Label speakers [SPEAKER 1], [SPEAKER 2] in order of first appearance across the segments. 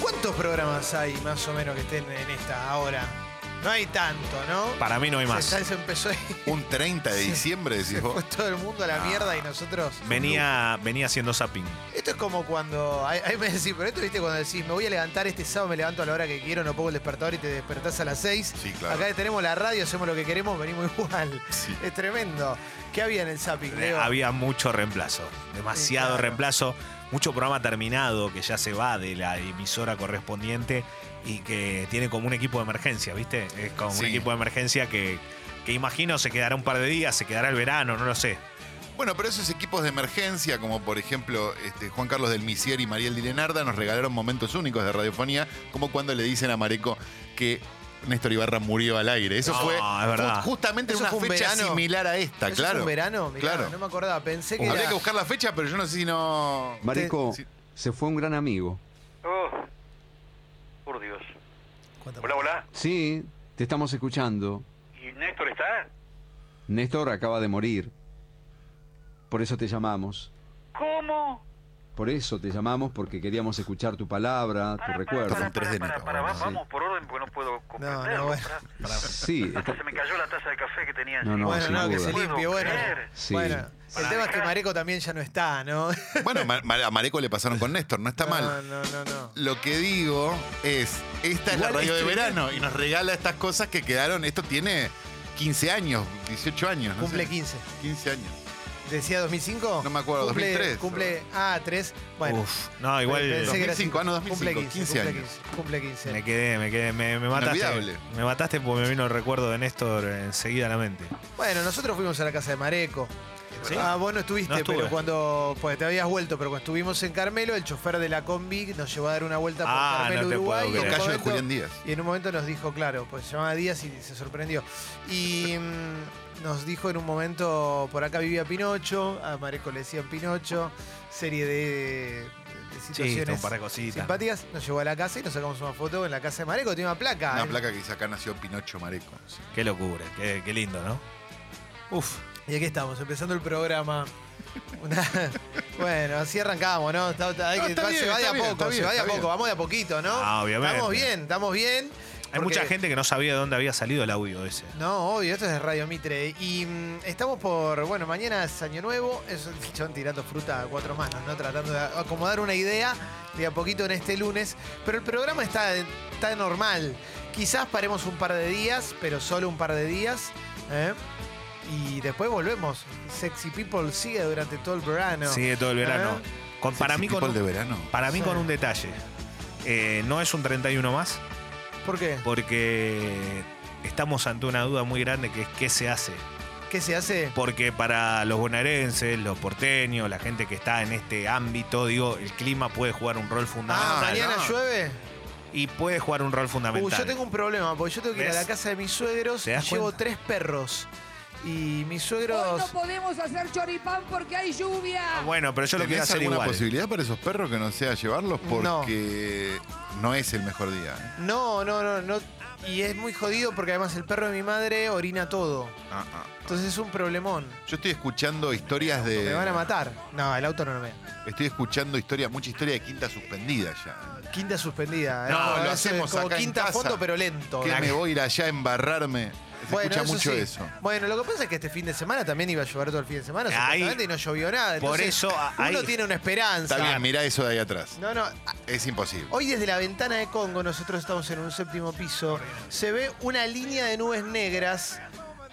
[SPEAKER 1] ¿Cuántos programas hay más o menos que estén en esta ahora? No hay tanto, ¿no?
[SPEAKER 2] Para mí no hay más.
[SPEAKER 1] Se, se empezó y
[SPEAKER 3] Un 30 de diciembre, decís
[SPEAKER 1] se
[SPEAKER 3] vos.
[SPEAKER 1] fue todo el mundo a la mierda y nosotros.
[SPEAKER 2] Venía, venía haciendo zapping.
[SPEAKER 1] Esto es como cuando. Ahí ahí me decís, pero esto viste cuando decís, me voy a levantar este sábado, me levanto a la hora que quiero, no pongo el despertador y te despertás a las 6.
[SPEAKER 3] Sí, claro.
[SPEAKER 1] Acá tenemos la radio, hacemos lo que queremos, venimos igual.
[SPEAKER 3] Sí.
[SPEAKER 1] Es tremendo. ¿Qué había en el zapping, Leo?
[SPEAKER 2] Eh, Había mucho reemplazo, demasiado
[SPEAKER 1] Sí, claro.
[SPEAKER 2] reemplazo, mucho programa terminado que ya se va de la emisora correspondiente y que tiene como un equipo de emergencia, ¿viste? Es como un
[SPEAKER 3] Sí.
[SPEAKER 2] equipo de emergencia que, que imagino se quedará un par de días, se quedará el verano, no lo sé.
[SPEAKER 3] Bueno, pero esos equipos de emergencia, como por ejemplo este, Juan Carlos del Misier y Mariel Di Lenarda, nos regalaron momentos únicos de radiofonía, como cuando le dicen a Mareco que Néstor Ibarra murió al aire. Eso
[SPEAKER 2] No,
[SPEAKER 3] fue
[SPEAKER 2] es
[SPEAKER 3] ju-
[SPEAKER 2] verdad.
[SPEAKER 3] justamente en
[SPEAKER 1] ¿Eso
[SPEAKER 3] una
[SPEAKER 1] fue un
[SPEAKER 3] fecha
[SPEAKER 1] verano?
[SPEAKER 3] similar a esta,
[SPEAKER 1] ¿Eso
[SPEAKER 3] claro.
[SPEAKER 1] es un verano? Mirá,
[SPEAKER 3] claro.
[SPEAKER 1] No me acordaba, pensé que.
[SPEAKER 3] Habría
[SPEAKER 1] era-
[SPEAKER 3] que buscar la fecha, pero yo no sé si no.
[SPEAKER 4] Marico,
[SPEAKER 3] Sí.
[SPEAKER 4] se fue un gran amigo.
[SPEAKER 5] Oh, por Dios.
[SPEAKER 1] ¿Cuánto-
[SPEAKER 5] Hola, hola.
[SPEAKER 4] Sí, te estamos escuchando.
[SPEAKER 5] ¿Y Néstor está?
[SPEAKER 4] Néstor acaba de morir. Por eso te llamamos.
[SPEAKER 5] ¿Cómo?
[SPEAKER 4] Por eso te llamamos porque queríamos escuchar tu palabra, tu recuerdo.
[SPEAKER 3] para, para, 3 de
[SPEAKER 5] para,
[SPEAKER 3] enero,
[SPEAKER 5] para,
[SPEAKER 3] bueno,
[SPEAKER 5] va-
[SPEAKER 3] sí.
[SPEAKER 5] Vamos por orden porque no puedo comprenderlo.
[SPEAKER 1] no, bueno.
[SPEAKER 5] pará.
[SPEAKER 4] Sí,
[SPEAKER 5] Hasta
[SPEAKER 4] está-
[SPEAKER 5] se me cayó la taza de café que tenía.
[SPEAKER 4] No,
[SPEAKER 5] encima.
[SPEAKER 4] no,
[SPEAKER 1] Bueno,
[SPEAKER 4] sin
[SPEAKER 1] no, que
[SPEAKER 4] duda.
[SPEAKER 1] se limpie,
[SPEAKER 5] Puedo
[SPEAKER 1] bueno.
[SPEAKER 5] creer.
[SPEAKER 4] Sí.
[SPEAKER 1] Bueno, el tema es que Mareco también ya no está, ¿no?
[SPEAKER 3] Bueno, Ma- Ma- a Mareco le pasaron con Néstor, no está mal.
[SPEAKER 1] No, no, no, no.
[SPEAKER 3] Lo que digo es, esta es la
[SPEAKER 1] Igual
[SPEAKER 3] radio
[SPEAKER 1] es
[SPEAKER 3] de
[SPEAKER 1] tremendo.
[SPEAKER 3] verano y nos regala estas cosas que quedaron. Esto tiene 15 años, 18 años. No
[SPEAKER 1] Cumple
[SPEAKER 3] sé.
[SPEAKER 1] 15.
[SPEAKER 3] 15 años.
[SPEAKER 1] ¿Decía 2005?
[SPEAKER 3] No me acuerdo,
[SPEAKER 1] Cumple-
[SPEAKER 3] 2003.
[SPEAKER 1] Cumple. Ah, 3. Bueno.
[SPEAKER 2] Uf, no, igual
[SPEAKER 1] Pensé que era
[SPEAKER 3] 2005, ah, no, 2005,
[SPEAKER 1] Cumple 15,
[SPEAKER 3] 15
[SPEAKER 1] cumple
[SPEAKER 3] años.
[SPEAKER 1] 15, Cumple 15.
[SPEAKER 2] me quedé, me quedé, me, me mataste.
[SPEAKER 3] Inolvidable.
[SPEAKER 2] Me mataste porque me vino el recuerdo de Néstor enseguida a la mente.
[SPEAKER 1] Bueno, nosotros fuimos a la casa de Mareco.
[SPEAKER 2] ¿Sí?
[SPEAKER 1] Ah, vos no estuviste,
[SPEAKER 2] No estuve.
[SPEAKER 1] pero cuando. Pues te habías vuelto, pero cuando estuvimos en Carmelo, el chofer de la combi nos llevó a dar una vuelta por
[SPEAKER 2] Ah,
[SPEAKER 1] Carmelo,
[SPEAKER 2] no te puedo
[SPEAKER 1] Uruguay. y en
[SPEAKER 2] creer.
[SPEAKER 1] un
[SPEAKER 3] Tocayo de
[SPEAKER 1] momento-
[SPEAKER 3] Julián Díaz.
[SPEAKER 1] Y en un momento nos dijo, claro, pues se llamaba Díaz y se sorprendió. Y mm, nos dijo en un momento, por acá vivía Pinocho, a Mareco le decían Pinocho, serie de, de
[SPEAKER 2] Sí,
[SPEAKER 1] situaciones
[SPEAKER 2] un par de cositas.
[SPEAKER 1] simpáticas. Nos llevó a la casa y nos sacamos una foto en la casa de Mareco, tiene una placa.
[SPEAKER 3] Una
[SPEAKER 1] ¿eh?
[SPEAKER 3] placa que dice acá nació Pinocho Mareco.
[SPEAKER 2] Qué locura, qué, qué lindo, ¿no? Uf,
[SPEAKER 1] Y aquí estamos, empezando el programa. Una- bueno, así arrancamos, ¿no? Está- está- hay
[SPEAKER 3] No,
[SPEAKER 1] que-
[SPEAKER 3] está
[SPEAKER 1] va-
[SPEAKER 3] bien,
[SPEAKER 1] se va de
[SPEAKER 3] está
[SPEAKER 1] a
[SPEAKER 3] bien,
[SPEAKER 1] poco,
[SPEAKER 3] está
[SPEAKER 1] se
[SPEAKER 3] bien,
[SPEAKER 1] va de a
[SPEAKER 3] está
[SPEAKER 1] poco,
[SPEAKER 3] bien.
[SPEAKER 1] vamos de a poquito, ¿no?
[SPEAKER 2] Ah, obviamente.
[SPEAKER 1] Estamos bien, estamos bien.
[SPEAKER 2] hay
[SPEAKER 1] porque-
[SPEAKER 2] mucha gente que no sabía de dónde había salido el audio ese.
[SPEAKER 1] No, obvio, esto es de Radio Mitre. Y mm, estamos por, bueno, mañana es Año Nuevo, es un chon tirando fruta a cuatro manos, ¿no? Tratando de acomodar una idea de a poquito en este lunes. Pero el programa está, está normal. Quizás paremos un par de días, pero solo un par de días. ¿eh? Y después volvemos. Sexy People sigue durante todo el verano.
[SPEAKER 2] Sigue todo el verano. Con- para mí, con,
[SPEAKER 3] de
[SPEAKER 2] un-
[SPEAKER 3] verano.
[SPEAKER 2] para mí
[SPEAKER 1] Sí.
[SPEAKER 2] con un detalle. Eh, no es un 31 más,
[SPEAKER 1] ¿Por qué?
[SPEAKER 2] porque estamos ante una duda muy grande que es qué se hace.
[SPEAKER 1] ¿Qué se hace?
[SPEAKER 2] Porque para los bonaerenses, los porteños, la gente que está en este ámbito, digo, el clima puede jugar un rol
[SPEAKER 1] Ah,
[SPEAKER 2] fundamental.
[SPEAKER 1] mañana
[SPEAKER 3] no.
[SPEAKER 1] llueve.
[SPEAKER 2] Y puede jugar un rol
[SPEAKER 1] Uh,
[SPEAKER 2] fundamental.
[SPEAKER 1] yo tengo un problema, porque yo tengo que ir a la
[SPEAKER 2] ¿Ves?
[SPEAKER 1] casa de mis suegros y
[SPEAKER 2] ¿Te das
[SPEAKER 1] llevo
[SPEAKER 2] cuenta?
[SPEAKER 1] tres perros. Y mis
[SPEAKER 6] Hoy
[SPEAKER 1] suegros.
[SPEAKER 6] no podemos hacer choripán porque hay lluvia.
[SPEAKER 2] Ah, bueno, pero yo lo
[SPEAKER 3] ¿Tenés
[SPEAKER 2] quiero hacer
[SPEAKER 3] alguna
[SPEAKER 2] igual.
[SPEAKER 3] posibilidad para esos perros que no sea llevarlos?
[SPEAKER 1] No.
[SPEAKER 3] Porque no, es el mejor día. ¿eh?
[SPEAKER 1] No, no, no, no. Y es muy jodido porque además el perro de mi madre orina todo.
[SPEAKER 3] Ah, ah.
[SPEAKER 1] Entonces es un problemón.
[SPEAKER 3] Yo estoy escuchando historias de.
[SPEAKER 1] Me van a matar. No, el auto no me.
[SPEAKER 3] Estoy escuchando historias, mucha historia de quinta suspendida ya.
[SPEAKER 1] Quinta suspendida.
[SPEAKER 3] No,
[SPEAKER 1] Ah,
[SPEAKER 3] lo
[SPEAKER 1] eso
[SPEAKER 3] hacemos
[SPEAKER 1] como
[SPEAKER 3] acá en
[SPEAKER 1] quinta
[SPEAKER 3] casa.
[SPEAKER 1] fondo, pero lento.
[SPEAKER 3] Que
[SPEAKER 1] La-
[SPEAKER 3] me voy a ir allá a embarrarme. Se escucha mucho
[SPEAKER 1] sí.
[SPEAKER 3] eso.
[SPEAKER 1] Bueno, lo que pasa es que este fin de semana también iba a llover todo el fin de semana,
[SPEAKER 2] Ahí-
[SPEAKER 1] supuestamente, y no llovió nada.
[SPEAKER 2] por
[SPEAKER 1] Entonces,
[SPEAKER 2] eso, a-
[SPEAKER 1] uno
[SPEAKER 2] ahí-
[SPEAKER 1] tiene una esperanza.
[SPEAKER 3] ah, Está bien, mirá eso de ahí atrás.
[SPEAKER 1] No, Oh, no,
[SPEAKER 3] Es imposible.
[SPEAKER 1] Hoy desde la ventana de Congo, nosotros estamos en un séptimo piso, se ve una línea de nubes negras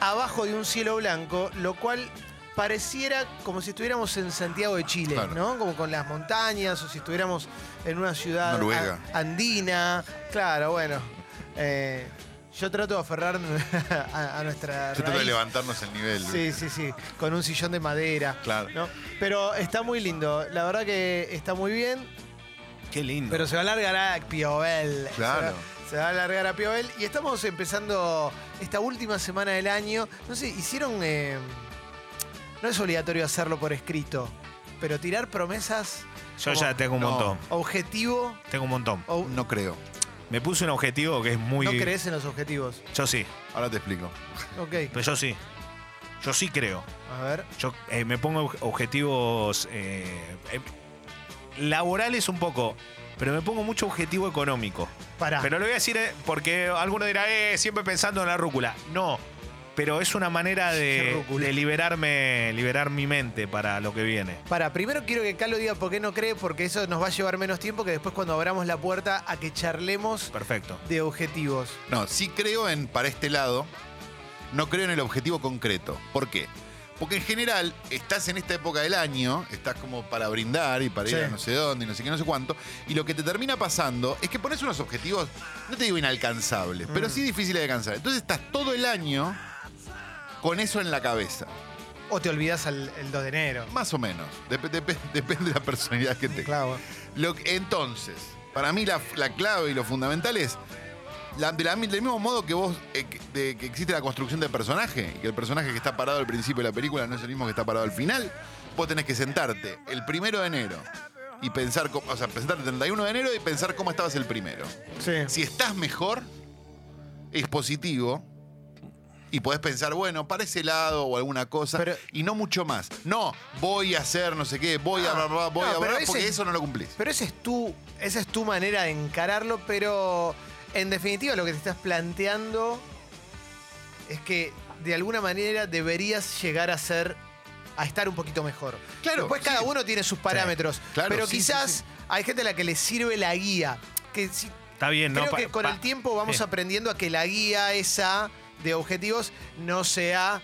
[SPEAKER 1] abajo de un cielo blanco, lo cual pareciera como si estuviéramos en Santiago de Chile,
[SPEAKER 3] Claro.
[SPEAKER 1] ¿no? Como con las montañas o si estuviéramos en una ciudad
[SPEAKER 3] Noruega.
[SPEAKER 1] a- andina. Claro, bueno. eh, yo trato de aferrarme a, a nuestra
[SPEAKER 3] Yo trato de
[SPEAKER 1] raíz.
[SPEAKER 3] levantarnos el nivel.
[SPEAKER 1] Sí, sí, sí, con un sillón de madera.
[SPEAKER 3] Claro.
[SPEAKER 1] ¿no? Pero está muy lindo, la verdad que está muy bien.
[SPEAKER 2] Qué lindo.
[SPEAKER 1] Pero se va a alargar a Piovel.
[SPEAKER 3] Claro.
[SPEAKER 1] Se va, se va a alargar a Piovel. Y estamos empezando esta última semana del año. No sé, hicieron. eh, no es obligatorio hacerlo por escrito, pero tirar promesas.
[SPEAKER 2] yo
[SPEAKER 1] como
[SPEAKER 2] ya tengo un
[SPEAKER 3] No.
[SPEAKER 2] montón.
[SPEAKER 1] Objetivo.
[SPEAKER 2] Tengo un montón.
[SPEAKER 1] o-
[SPEAKER 3] No creo.
[SPEAKER 2] Me puse un objetivo que es muy.
[SPEAKER 1] no crees en los objetivos.
[SPEAKER 2] Yo sí,
[SPEAKER 3] Ahora te explico.
[SPEAKER 1] Ok.
[SPEAKER 2] pero Pues yo sí. Yo sí creo.
[SPEAKER 1] A ver.
[SPEAKER 2] Yo eh, me pongo obje- objetivos. eh, eh, laboral es un poco, pero me pongo mucho objetivo económico.
[SPEAKER 1] Pará.
[SPEAKER 2] Pero lo voy a decir eh, porque alguno dirá, eh, siempre pensando en la rúcula. No, pero es una manera
[SPEAKER 1] Qué
[SPEAKER 2] de,
[SPEAKER 1] rúcula.
[SPEAKER 2] de liberarme, liberar mi mente para lo que viene.
[SPEAKER 1] Para, primero quiero que Calo diga por qué no cree, porque eso nos va a llevar menos tiempo que después cuando abramos la puerta a que charlemos
[SPEAKER 2] Perfecto.
[SPEAKER 1] de objetivos.
[SPEAKER 3] No, sí creo en para este lado, no creo en el objetivo concreto. ¿Por qué? Porque en general estás en esta época del año, estás como para brindar y para ir
[SPEAKER 1] Sí.
[SPEAKER 3] a no sé dónde y no sé qué, no sé cuánto, y lo que te termina pasando es que pones unos objetivos, no te digo inalcanzables, pero
[SPEAKER 1] Mm.
[SPEAKER 3] sí difíciles de alcanzar. Entonces estás todo el año con eso en la cabeza,
[SPEAKER 1] O te olvidas al- el 2 de enero.
[SPEAKER 3] más o menos. Dep- dep- depende de la personalidad que tengas.
[SPEAKER 1] Claro.
[SPEAKER 3] Lo que- entonces, para mí la, la clave y lo fundamental es, la- de la- del mismo modo que vos, eh, que- de- que existe la construcción de personaje, que el personaje que está parado al principio de la película no es el mismo que está parado al final, vos tenés que sentarte el primero de enero y pensar, cómo- o sea, sentarte el 31 de enero y pensar cómo estabas el primero.
[SPEAKER 1] Sí.
[SPEAKER 3] Si estás mejor, es positivo. Y podés pensar, bueno, para ese lado o alguna cosa.
[SPEAKER 1] Pero-
[SPEAKER 3] y no mucho más. No, voy a hacer no sé qué, voy a bla, bla, bla, voy
[SPEAKER 1] Ah, no,
[SPEAKER 3] a bla,
[SPEAKER 1] pero
[SPEAKER 3] bla,
[SPEAKER 1] ese-
[SPEAKER 3] porque eso no lo cumplís.
[SPEAKER 1] Pero esa es tu, esa es tu manera de encararlo, pero en definitiva lo que te estás planteando es que de alguna manera deberías llegar a ser, a estar un poquito mejor.
[SPEAKER 3] Claro,
[SPEAKER 1] Después
[SPEAKER 3] sí.
[SPEAKER 1] cada uno tiene sus parámetros,
[SPEAKER 3] claro,
[SPEAKER 1] pero
[SPEAKER 3] sí, sí,
[SPEAKER 1] quizás
[SPEAKER 3] sí.
[SPEAKER 1] hay gente a la que le sirve la guía. Que sí,
[SPEAKER 2] Está bien, ¿no?
[SPEAKER 1] creo
[SPEAKER 2] Pa-
[SPEAKER 1] que con
[SPEAKER 2] pa-
[SPEAKER 1] el tiempo vamos
[SPEAKER 2] Sí.
[SPEAKER 1] aprendiendo a que la guía esa de objetivos no sea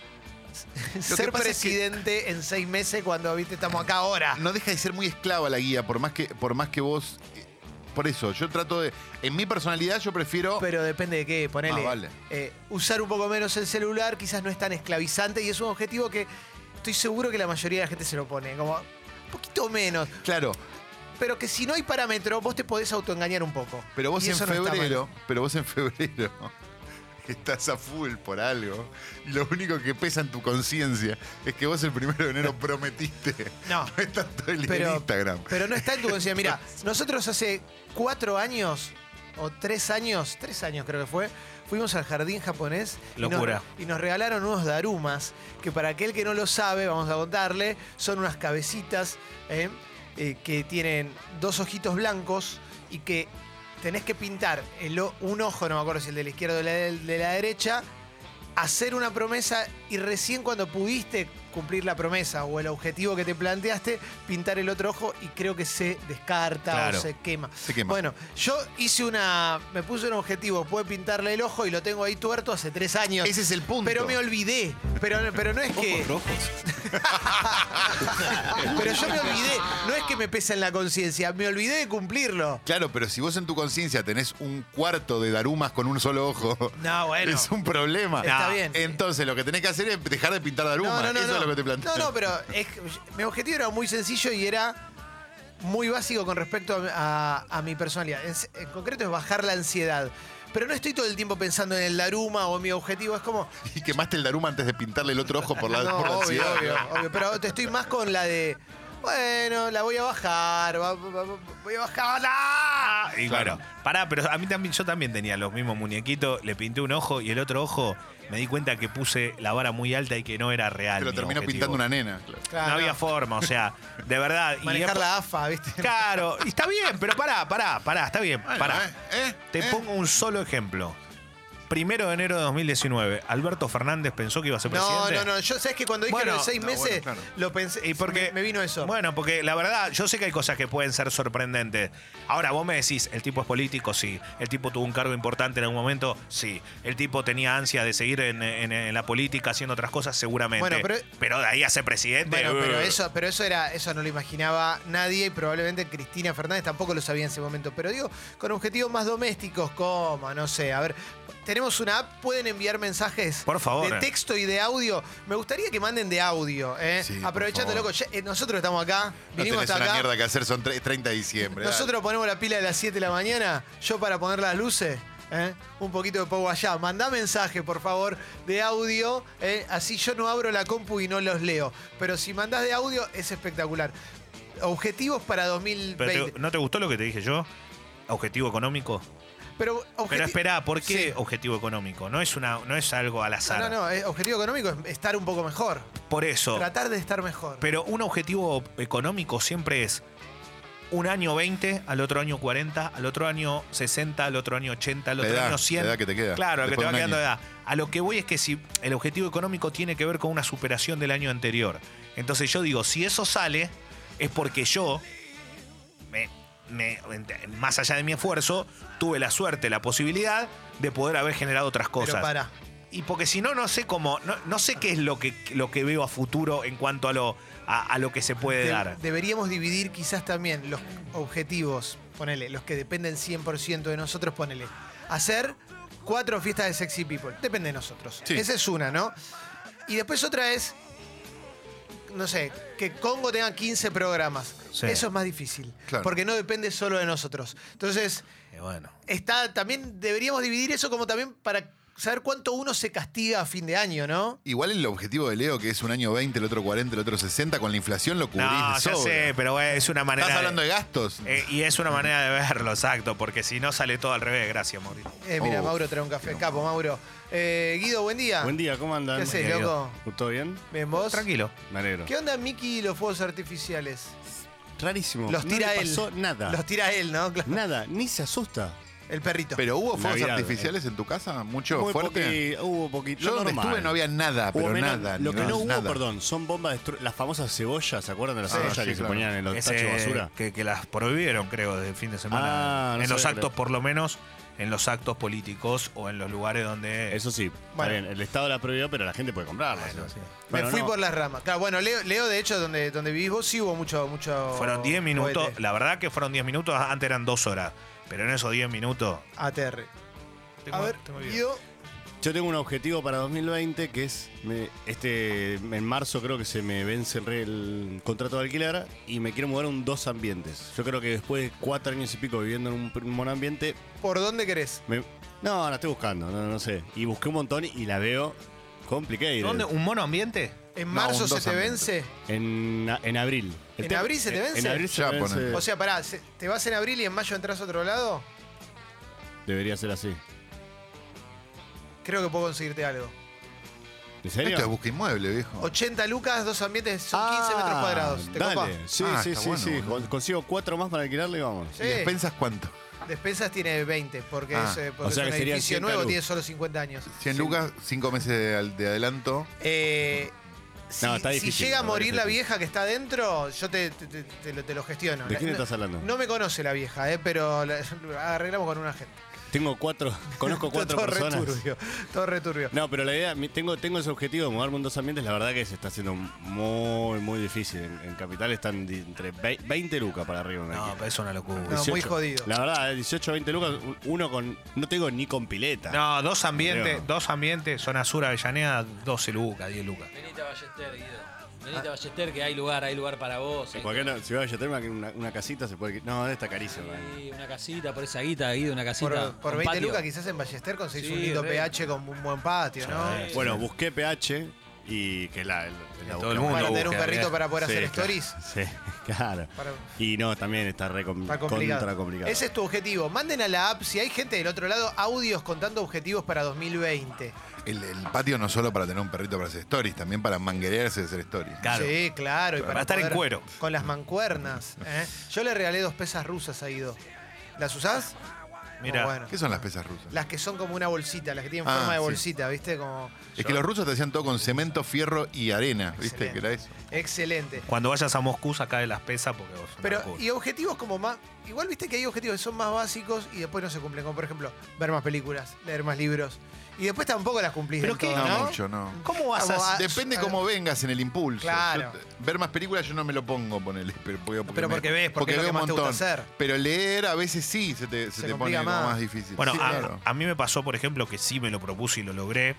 [SPEAKER 1] ser
[SPEAKER 3] pasa es que-
[SPEAKER 1] presidente en seis meses cuando viste estamos acá ahora.
[SPEAKER 3] no deja de ser muy esclava la guía, por más que, por más que vos. eh, Por eso, yo trato de. En mi personalidad, yo prefiero.
[SPEAKER 1] Pero depende de qué, ponele.
[SPEAKER 3] Ah, vale.
[SPEAKER 1] eh, usar un poco menos el celular quizás no es tan esclavizante y es un objetivo que estoy seguro que la mayoría de la gente se lo pone, como un poquito menos.
[SPEAKER 3] claro,
[SPEAKER 1] Pero que si no hay parámetro, vos te podés autoengañar un poco.
[SPEAKER 3] pero vos
[SPEAKER 1] Y
[SPEAKER 3] en
[SPEAKER 1] eso no está mal.
[SPEAKER 3] febrero. pero vos en febrero. Estás a full por algo. Y lo único que pesa en tu conciencia es que vos el primero de enero prometiste.
[SPEAKER 1] No.
[SPEAKER 3] No es tanto el
[SPEAKER 1] Pero-
[SPEAKER 3] Instagram.
[SPEAKER 1] Pero no está en tu conciencia. Mira, nosotros hace cuatro años o tres años, tres años creo que fue, fuimos al jardín japonés. y nos-
[SPEAKER 2] Locura.
[SPEAKER 1] Y nos, regalaron unos darumas, que para aquel que no lo sabe, vamos a contarle, son unas cabecitas ¿eh? Eh, que tienen dos ojitos blancos y que tenés que pintar el o- un ojo, no me acuerdo si el de la izquierda o el del- de la derecha, hacer una promesa y recién cuando pudiste cumplir la promesa o el objetivo que te planteaste, pintar el otro ojo y creo que se descarta
[SPEAKER 2] Claro.
[SPEAKER 1] o se quema.
[SPEAKER 3] Se quema.
[SPEAKER 1] Bueno, yo hice una. Me puse un objetivo, pude pintarle el ojo y lo tengo ahí tuerto hace tres años.
[SPEAKER 3] Ese es el punto.
[SPEAKER 1] Pero me olvidé. Pero, pero no es que. pero yo me olvidé. No es que me pesa en la conciencia, me olvidé de cumplirlo.
[SPEAKER 3] Claro, pero si vos en tu conciencia tenés un cuarto de darumas con un solo ojo,
[SPEAKER 1] No, bueno.
[SPEAKER 3] es un problema.
[SPEAKER 1] Está bien.
[SPEAKER 3] Entonces lo que tenés que hacer es dejar de pintar darumas. Eso es lo que te planteé.
[SPEAKER 1] No, no, pero es que mi objetivo era muy sencillo y era muy básico con respecto a, a- a mi personalidad. En, se- en concreto es bajar la ansiedad. Pero no estoy todo el tiempo pensando en el Daruma o mi objetivo. Es como.
[SPEAKER 3] Y quemaste el daruma antes de pintarle el otro ojo por la,
[SPEAKER 1] no,
[SPEAKER 3] por la
[SPEAKER 1] obvio,
[SPEAKER 3] ansiedad.
[SPEAKER 1] obvio, obvio. Pero te estoy más con la de. Bueno, la voy a bajar. va- va- va- voy a ¡ah! bajarla.
[SPEAKER 2] Ah, Y
[SPEAKER 3] Claro.
[SPEAKER 2] bueno, pará, pero a mí también, yo también tenía los mismos muñequitos, le pinté un ojo y el otro ojo me di cuenta que puse la vara muy alta y que no era real.
[SPEAKER 3] Te lo
[SPEAKER 2] mi
[SPEAKER 3] terminó
[SPEAKER 2] objetivo.
[SPEAKER 3] pintando una nena. claro.
[SPEAKER 1] Claro,
[SPEAKER 2] no había forma, o sea, de verdad. Y
[SPEAKER 1] Manejar
[SPEAKER 2] es-
[SPEAKER 1] la AFA, ¿viste?
[SPEAKER 2] Claro, y está bien, pero pará, pará, pará, está bien,
[SPEAKER 3] Bueno,
[SPEAKER 2] pará.
[SPEAKER 3] eh, eh,
[SPEAKER 2] Te
[SPEAKER 3] eh.
[SPEAKER 2] pongo un solo ejemplo. Primero de enero de 2019, Alberto Fernández pensó que iba a ser
[SPEAKER 1] No,
[SPEAKER 2] presidente.
[SPEAKER 1] no, no. Yo sabes que cuando dije
[SPEAKER 2] Bueno,
[SPEAKER 1] lo de seis
[SPEAKER 3] no, bueno,
[SPEAKER 1] meses,
[SPEAKER 3] claro.
[SPEAKER 1] lo pensé.
[SPEAKER 2] Y porque,
[SPEAKER 1] me, me vino eso.
[SPEAKER 2] Bueno, porque la verdad, yo sé que hay cosas que pueden ser sorprendentes. Ahora, vos me decís, el tipo es político, sí. El tipo tuvo un cargo importante en algún momento, sí. El tipo tenía ansia de seguir en, en- en la política haciendo otras cosas, seguramente.
[SPEAKER 1] Bueno, pero-
[SPEAKER 2] de ahí a ser presidente. uh.
[SPEAKER 1] Bueno, pero
[SPEAKER 2] brr.
[SPEAKER 1] eso, pero eso era, eso no lo imaginaba nadie y probablemente Cristina Fernández tampoco lo sabía en ese momento. Pero digo, con objetivos más domésticos, como, no sé, a ver, tenemos una app, pueden enviar mensajes
[SPEAKER 2] Por favor.
[SPEAKER 1] de texto y de audio. Me gustaría que manden de audio, ¿eh?
[SPEAKER 3] Sí, por
[SPEAKER 1] Aprovechando, loco,
[SPEAKER 3] favor.
[SPEAKER 1] ya- eh, nosotros estamos acá,
[SPEAKER 3] No
[SPEAKER 1] vinimos
[SPEAKER 3] tenés
[SPEAKER 1] hasta
[SPEAKER 3] una
[SPEAKER 1] acá.
[SPEAKER 3] mierda que hacer, son tre- 30 de diciembre. dale.
[SPEAKER 1] Nosotros ponemos la pila de las 7 de la mañana, yo para poner las luces, ¿eh? un poquito de poco allá. Mandá mensaje, por favor, de audio, ¿eh? así yo no abro la compu y no los leo. Pero si mandás de audio es espectacular. Objetivos para
[SPEAKER 2] Pero
[SPEAKER 1] 2020.
[SPEAKER 2] te- ¿No te gustó lo que te dije yo? Objetivo económico.
[SPEAKER 1] Pero,
[SPEAKER 2] Pero
[SPEAKER 1] objeti-
[SPEAKER 2] espera, ¿por qué
[SPEAKER 1] Sí.
[SPEAKER 2] objetivo económico? No es una, no es algo al
[SPEAKER 1] No,
[SPEAKER 2] azar.
[SPEAKER 1] no, no, eh, objetivo económico es estar un poco mejor.
[SPEAKER 2] Por eso.
[SPEAKER 1] Tratar de estar mejor.
[SPEAKER 2] Pero un objetivo económico siempre es un año 20, al otro año 40, al otro año 60, al otro año 80, al
[SPEAKER 3] La
[SPEAKER 2] otro
[SPEAKER 3] edad,
[SPEAKER 2] año 100.
[SPEAKER 3] la edad que te queda,
[SPEAKER 2] Claro, la que te
[SPEAKER 3] después
[SPEAKER 2] va
[SPEAKER 3] de un
[SPEAKER 2] quedando de
[SPEAKER 3] año.
[SPEAKER 2] edad. A lo que voy es que si el objetivo económico tiene que ver con una superación del año anterior. Entonces yo digo, si eso sale, es porque yo me- me- más allá de mi esfuerzo, tuve la suerte, la posibilidad de poder haber generado otras cosas.
[SPEAKER 1] Pero pará.
[SPEAKER 2] Y porque si no, no sé cómo, no, no sé qué es lo que, lo que veo a futuro en cuanto a lo, a, a lo que se puede
[SPEAKER 1] De-
[SPEAKER 2] dar.
[SPEAKER 1] deberíamos dividir quizás también los objetivos, ponele, los que dependen 100% de nosotros, ponele. Hacer cuatro fiestas de sexy people, depende de nosotros.
[SPEAKER 3] Sí.
[SPEAKER 1] Esa es una, ¿no? Y después otra es, no sé, que Congo tenga 15 programas.
[SPEAKER 2] Sí.
[SPEAKER 1] Eso es más difícil,
[SPEAKER 3] Claro.
[SPEAKER 1] porque no depende solo de nosotros. Entonces,
[SPEAKER 2] Y Eh, bueno.
[SPEAKER 1] está también deberíamos dividir eso como también para saber cuánto uno se castiga a fin de año, ¿no?
[SPEAKER 3] Igual el objetivo de Leo, que es un año 20, el otro 40, el otro 60, con la inflación lo
[SPEAKER 2] No,
[SPEAKER 3] cubrís de
[SPEAKER 2] ya
[SPEAKER 3] sobra.
[SPEAKER 2] sé, pero eh, es una manera.
[SPEAKER 3] Estás hablando de gastos.
[SPEAKER 2] eh, y es una manera de verlo, exacto, porque si no sale todo al revés, gracias, Mauricio.
[SPEAKER 1] Eh, mira,
[SPEAKER 3] Oh,
[SPEAKER 1] Mauro trae un café. Capo, Mauro. Eh, Guido, buen día.
[SPEAKER 7] Buen día, ¿cómo andan?
[SPEAKER 1] ¿Qué haces,
[SPEAKER 2] Guido.
[SPEAKER 1] loco?
[SPEAKER 7] ¿Todo bien?
[SPEAKER 1] Bien, vos.
[SPEAKER 2] Tranquilo.
[SPEAKER 7] Me alegro.
[SPEAKER 1] ¿Qué onda Mickey y los fuegos artificiales?
[SPEAKER 7] Rarísimo.
[SPEAKER 1] Los tira
[SPEAKER 7] no le
[SPEAKER 1] él.
[SPEAKER 7] pasó nada.
[SPEAKER 1] Los tira él, ¿no? Claro.
[SPEAKER 7] Nada, ni se asusta.
[SPEAKER 1] El perrito.
[SPEAKER 3] Pero hubo fuegos
[SPEAKER 7] Navidad,
[SPEAKER 3] artificiales en tu casa, mucho
[SPEAKER 7] Muy
[SPEAKER 3] fuerte.
[SPEAKER 7] poqui- hubo poquito.
[SPEAKER 3] Yo donde estuve no había nada, pero nada.
[SPEAKER 7] Lo
[SPEAKER 3] ni
[SPEAKER 7] que no,
[SPEAKER 3] nada,
[SPEAKER 7] hubo,
[SPEAKER 3] nada.
[SPEAKER 7] perdón, son bombas destru- Las famosas cebollas, ¿se acuerdan de las
[SPEAKER 3] Ah,
[SPEAKER 7] cebollas
[SPEAKER 3] sí,
[SPEAKER 7] que se
[SPEAKER 3] claro.
[SPEAKER 7] ponían en los
[SPEAKER 2] Ese,
[SPEAKER 7] tachos de basura?
[SPEAKER 2] Que, que las prohibieron, creo, del fin de semana.
[SPEAKER 7] Ah, no
[SPEAKER 2] en los
[SPEAKER 7] sabía que
[SPEAKER 2] actos,
[SPEAKER 7] era.
[SPEAKER 2] por lo menos, en los actos políticos o en los lugares donde.
[SPEAKER 7] Eso sí. está
[SPEAKER 1] Bueno.
[SPEAKER 7] bien, el Estado la prohibió, pero la gente puede comprarlas.
[SPEAKER 2] Bueno, sí.
[SPEAKER 1] Me
[SPEAKER 7] Bueno,
[SPEAKER 1] fui
[SPEAKER 7] no.
[SPEAKER 1] por las ramas. Claro, bueno, Leo, Leo de hecho, donde, donde vivís vos sí hubo mucho. mucho
[SPEAKER 2] Fueron 10 minutos,
[SPEAKER 1] cohete.
[SPEAKER 2] la verdad que fueron 10 minutos, antes eran 2 horas, pero en esos 10 minutos...
[SPEAKER 1] ATR. A
[SPEAKER 2] Tengo-
[SPEAKER 1] ver,
[SPEAKER 2] tengo video.
[SPEAKER 1] Guido.
[SPEAKER 7] Yo tengo un objetivo para 2020 que es me- este en marzo creo que se me vence el, re- el contrato de alquiler y me quiero mudar a un dos ambientes. Yo creo que después de cuatro años y pico viviendo en un, pr- un monoambiente,
[SPEAKER 1] ¿Por dónde querés?
[SPEAKER 7] me- no, la estoy buscando, no, no sé. Y busqué un montón y la veo complicated.
[SPEAKER 2] ¿Dónde? ¿Un mono ambiente?
[SPEAKER 1] ¿En
[SPEAKER 3] No,
[SPEAKER 1] marzo
[SPEAKER 3] un
[SPEAKER 1] se
[SPEAKER 3] dos
[SPEAKER 1] te
[SPEAKER 3] ambientes.
[SPEAKER 1] vence?
[SPEAKER 7] En, a- en abril. El
[SPEAKER 1] ¿En
[SPEAKER 7] tema-
[SPEAKER 1] abril se te
[SPEAKER 7] en-
[SPEAKER 1] vence?
[SPEAKER 7] En abril se
[SPEAKER 3] Ya,
[SPEAKER 7] me vence.
[SPEAKER 3] ponele.
[SPEAKER 1] O sea, pará, se- ¿te vas en abril y en mayo entras a otro lado?
[SPEAKER 7] Debería ser así.
[SPEAKER 1] Creo que puedo conseguirte algo.
[SPEAKER 7] ¿En serio?
[SPEAKER 3] Esto Este es busca inmueble, viejo.
[SPEAKER 1] 80 lucas, dos ambientes, son 15 metros
[SPEAKER 7] Ah,
[SPEAKER 1] cuadrados. ¿Te copa?
[SPEAKER 7] dale. Sí,
[SPEAKER 3] Ah,
[SPEAKER 7] sí,
[SPEAKER 3] está
[SPEAKER 7] sí,
[SPEAKER 3] bueno,
[SPEAKER 7] sí.
[SPEAKER 3] boludo.
[SPEAKER 7] Con- Consigo cuatro más para alquilarle y vamos.
[SPEAKER 1] Sí.
[SPEAKER 3] ¿Y despensas cuánto?
[SPEAKER 1] Despensas tiene 20, porque
[SPEAKER 3] Ah.
[SPEAKER 1] es, eh, porque
[SPEAKER 7] O sea
[SPEAKER 1] es
[SPEAKER 7] que
[SPEAKER 1] un
[SPEAKER 7] serían
[SPEAKER 1] edificio
[SPEAKER 7] 100
[SPEAKER 1] nuevo,
[SPEAKER 7] luz.
[SPEAKER 1] tiene solo 50 años.
[SPEAKER 3] 100 lucas, 5 meses de, al- de adelanto.
[SPEAKER 1] Eh, si,
[SPEAKER 7] No, está
[SPEAKER 1] si
[SPEAKER 7] difícil,
[SPEAKER 1] llega a
[SPEAKER 7] la
[SPEAKER 1] morir
[SPEAKER 7] verdad
[SPEAKER 1] la
[SPEAKER 7] que sí.
[SPEAKER 1] vieja que está adentro, yo te, te- te- te lo, te lo gestiono.
[SPEAKER 7] ¿De
[SPEAKER 1] La-
[SPEAKER 7] quién
[SPEAKER 1] no-
[SPEAKER 7] estás hablando?
[SPEAKER 1] No me conoce la vieja, eh, pero la- arreglamos con una gente.
[SPEAKER 7] Tengo cuatro, conozco cuatro
[SPEAKER 1] todo
[SPEAKER 7] personas.
[SPEAKER 1] returbio, todo returbio.
[SPEAKER 7] No, pero la idea, mi- tengo, tengo ese objetivo de mudarme en dos ambientes, la verdad que se está haciendo muy, muy difícil. En, en Capital están di- entre vei- 20 lucas para arriba. un
[SPEAKER 2] No,
[SPEAKER 7] alquiler.
[SPEAKER 2] pero es una locura.
[SPEAKER 1] No, muy
[SPEAKER 7] 18.
[SPEAKER 1] jodido.
[SPEAKER 7] La verdad, 18, 20 lucas, u- uno con, no tengo ni con pileta.
[SPEAKER 2] No, dos ambientes,
[SPEAKER 7] Leo.
[SPEAKER 2] dos ambientes, zona sur, Avellaneda, 12 lucas, 10 lucas.
[SPEAKER 8] Venite a Ballester, Guido. Venite a Ballester, que hay lugar, hay lugar para vos. hay-
[SPEAKER 7] ¿Por qué no? Si vas a Yaterma, que una, una casita se puede... No, está carísimo. eh.
[SPEAKER 8] Sí, una casita por esa guita, Guido, una
[SPEAKER 1] Por,
[SPEAKER 8] casita.
[SPEAKER 1] por
[SPEAKER 8] con
[SPEAKER 1] 20
[SPEAKER 8] patio.
[SPEAKER 1] lucas quizás en Ballester conseguís
[SPEAKER 8] Sí,
[SPEAKER 1] un lindo
[SPEAKER 8] re.
[SPEAKER 1] PH con un buen patio, ¿no?
[SPEAKER 2] Sí.
[SPEAKER 7] Bueno, busqué PH y que la... la
[SPEAKER 2] todo el
[SPEAKER 7] buscamos.
[SPEAKER 2] mundo
[SPEAKER 1] Para tener un
[SPEAKER 2] busca,
[SPEAKER 1] perrito
[SPEAKER 2] ¿verdad?
[SPEAKER 1] para poder
[SPEAKER 7] Sí,
[SPEAKER 1] hacer
[SPEAKER 7] claro.
[SPEAKER 1] stories.
[SPEAKER 7] Sí, claro.
[SPEAKER 1] Para-
[SPEAKER 7] Y no, también está re com-
[SPEAKER 1] Está complicado.
[SPEAKER 7] contra complicado.
[SPEAKER 1] Ese es tu objetivo. Manden a la app, si hay gente del otro lado, audios contando objetivos para 2020.
[SPEAKER 3] El, el patio no solo para tener un perrito para hacer stories, también para manguerearse de hacer stories.
[SPEAKER 2] Claro.
[SPEAKER 1] Sí, claro. Y para,
[SPEAKER 2] Para estar en
[SPEAKER 1] poder-
[SPEAKER 2] cuero.
[SPEAKER 1] Con las mancuernas. ¿eh? Yo le regalé dos pesas rusas a Ido. ¿Las usás?
[SPEAKER 2] Mira.
[SPEAKER 1] No, bueno.
[SPEAKER 3] ¿Qué son las pesas rusas?
[SPEAKER 1] Las que son como una bolsita, las que tienen
[SPEAKER 3] Ah,
[SPEAKER 1] forma de
[SPEAKER 3] sí.
[SPEAKER 1] bolsita, ¿viste? Como.
[SPEAKER 3] Es que los rusos te hacían todo con cemento, fierro y arena, ¿viste?
[SPEAKER 1] Excelente.
[SPEAKER 3] Que era eso.
[SPEAKER 1] Excelente.
[SPEAKER 2] Cuando vayas a Moscú, saca de las pesas porque vos.
[SPEAKER 1] Pero, y objetivos como más. Igual viste que hay objetivos que son más básicos y después no se cumplen. Como por ejemplo, ver más películas, leer más libros. Y después tampoco las cumplís.
[SPEAKER 2] Pero
[SPEAKER 1] del
[SPEAKER 2] qué-
[SPEAKER 1] todo,
[SPEAKER 3] No,
[SPEAKER 1] ¿no?
[SPEAKER 3] mucho, no.
[SPEAKER 2] ¿Cómo vas
[SPEAKER 1] Como
[SPEAKER 2] a.?
[SPEAKER 1] Ah,
[SPEAKER 3] Depende
[SPEAKER 1] ah,
[SPEAKER 3] cómo vengas en el impulso.
[SPEAKER 1] Claro.
[SPEAKER 3] Yo- ver más películas yo no me lo pongo, ponele. Pero porque,
[SPEAKER 1] Pero porque ves, porque es lo
[SPEAKER 3] veo
[SPEAKER 1] que más te gusta hacer.
[SPEAKER 3] Pero leer a veces sí se te,
[SPEAKER 1] Se
[SPEAKER 3] se te pone
[SPEAKER 1] complica
[SPEAKER 3] como
[SPEAKER 1] más.
[SPEAKER 3] más. difícil.
[SPEAKER 2] Bueno,
[SPEAKER 3] Sí,
[SPEAKER 2] a,
[SPEAKER 3] claro.
[SPEAKER 2] a mí me pasó, por ejemplo, que sí me lo propuse y lo logré.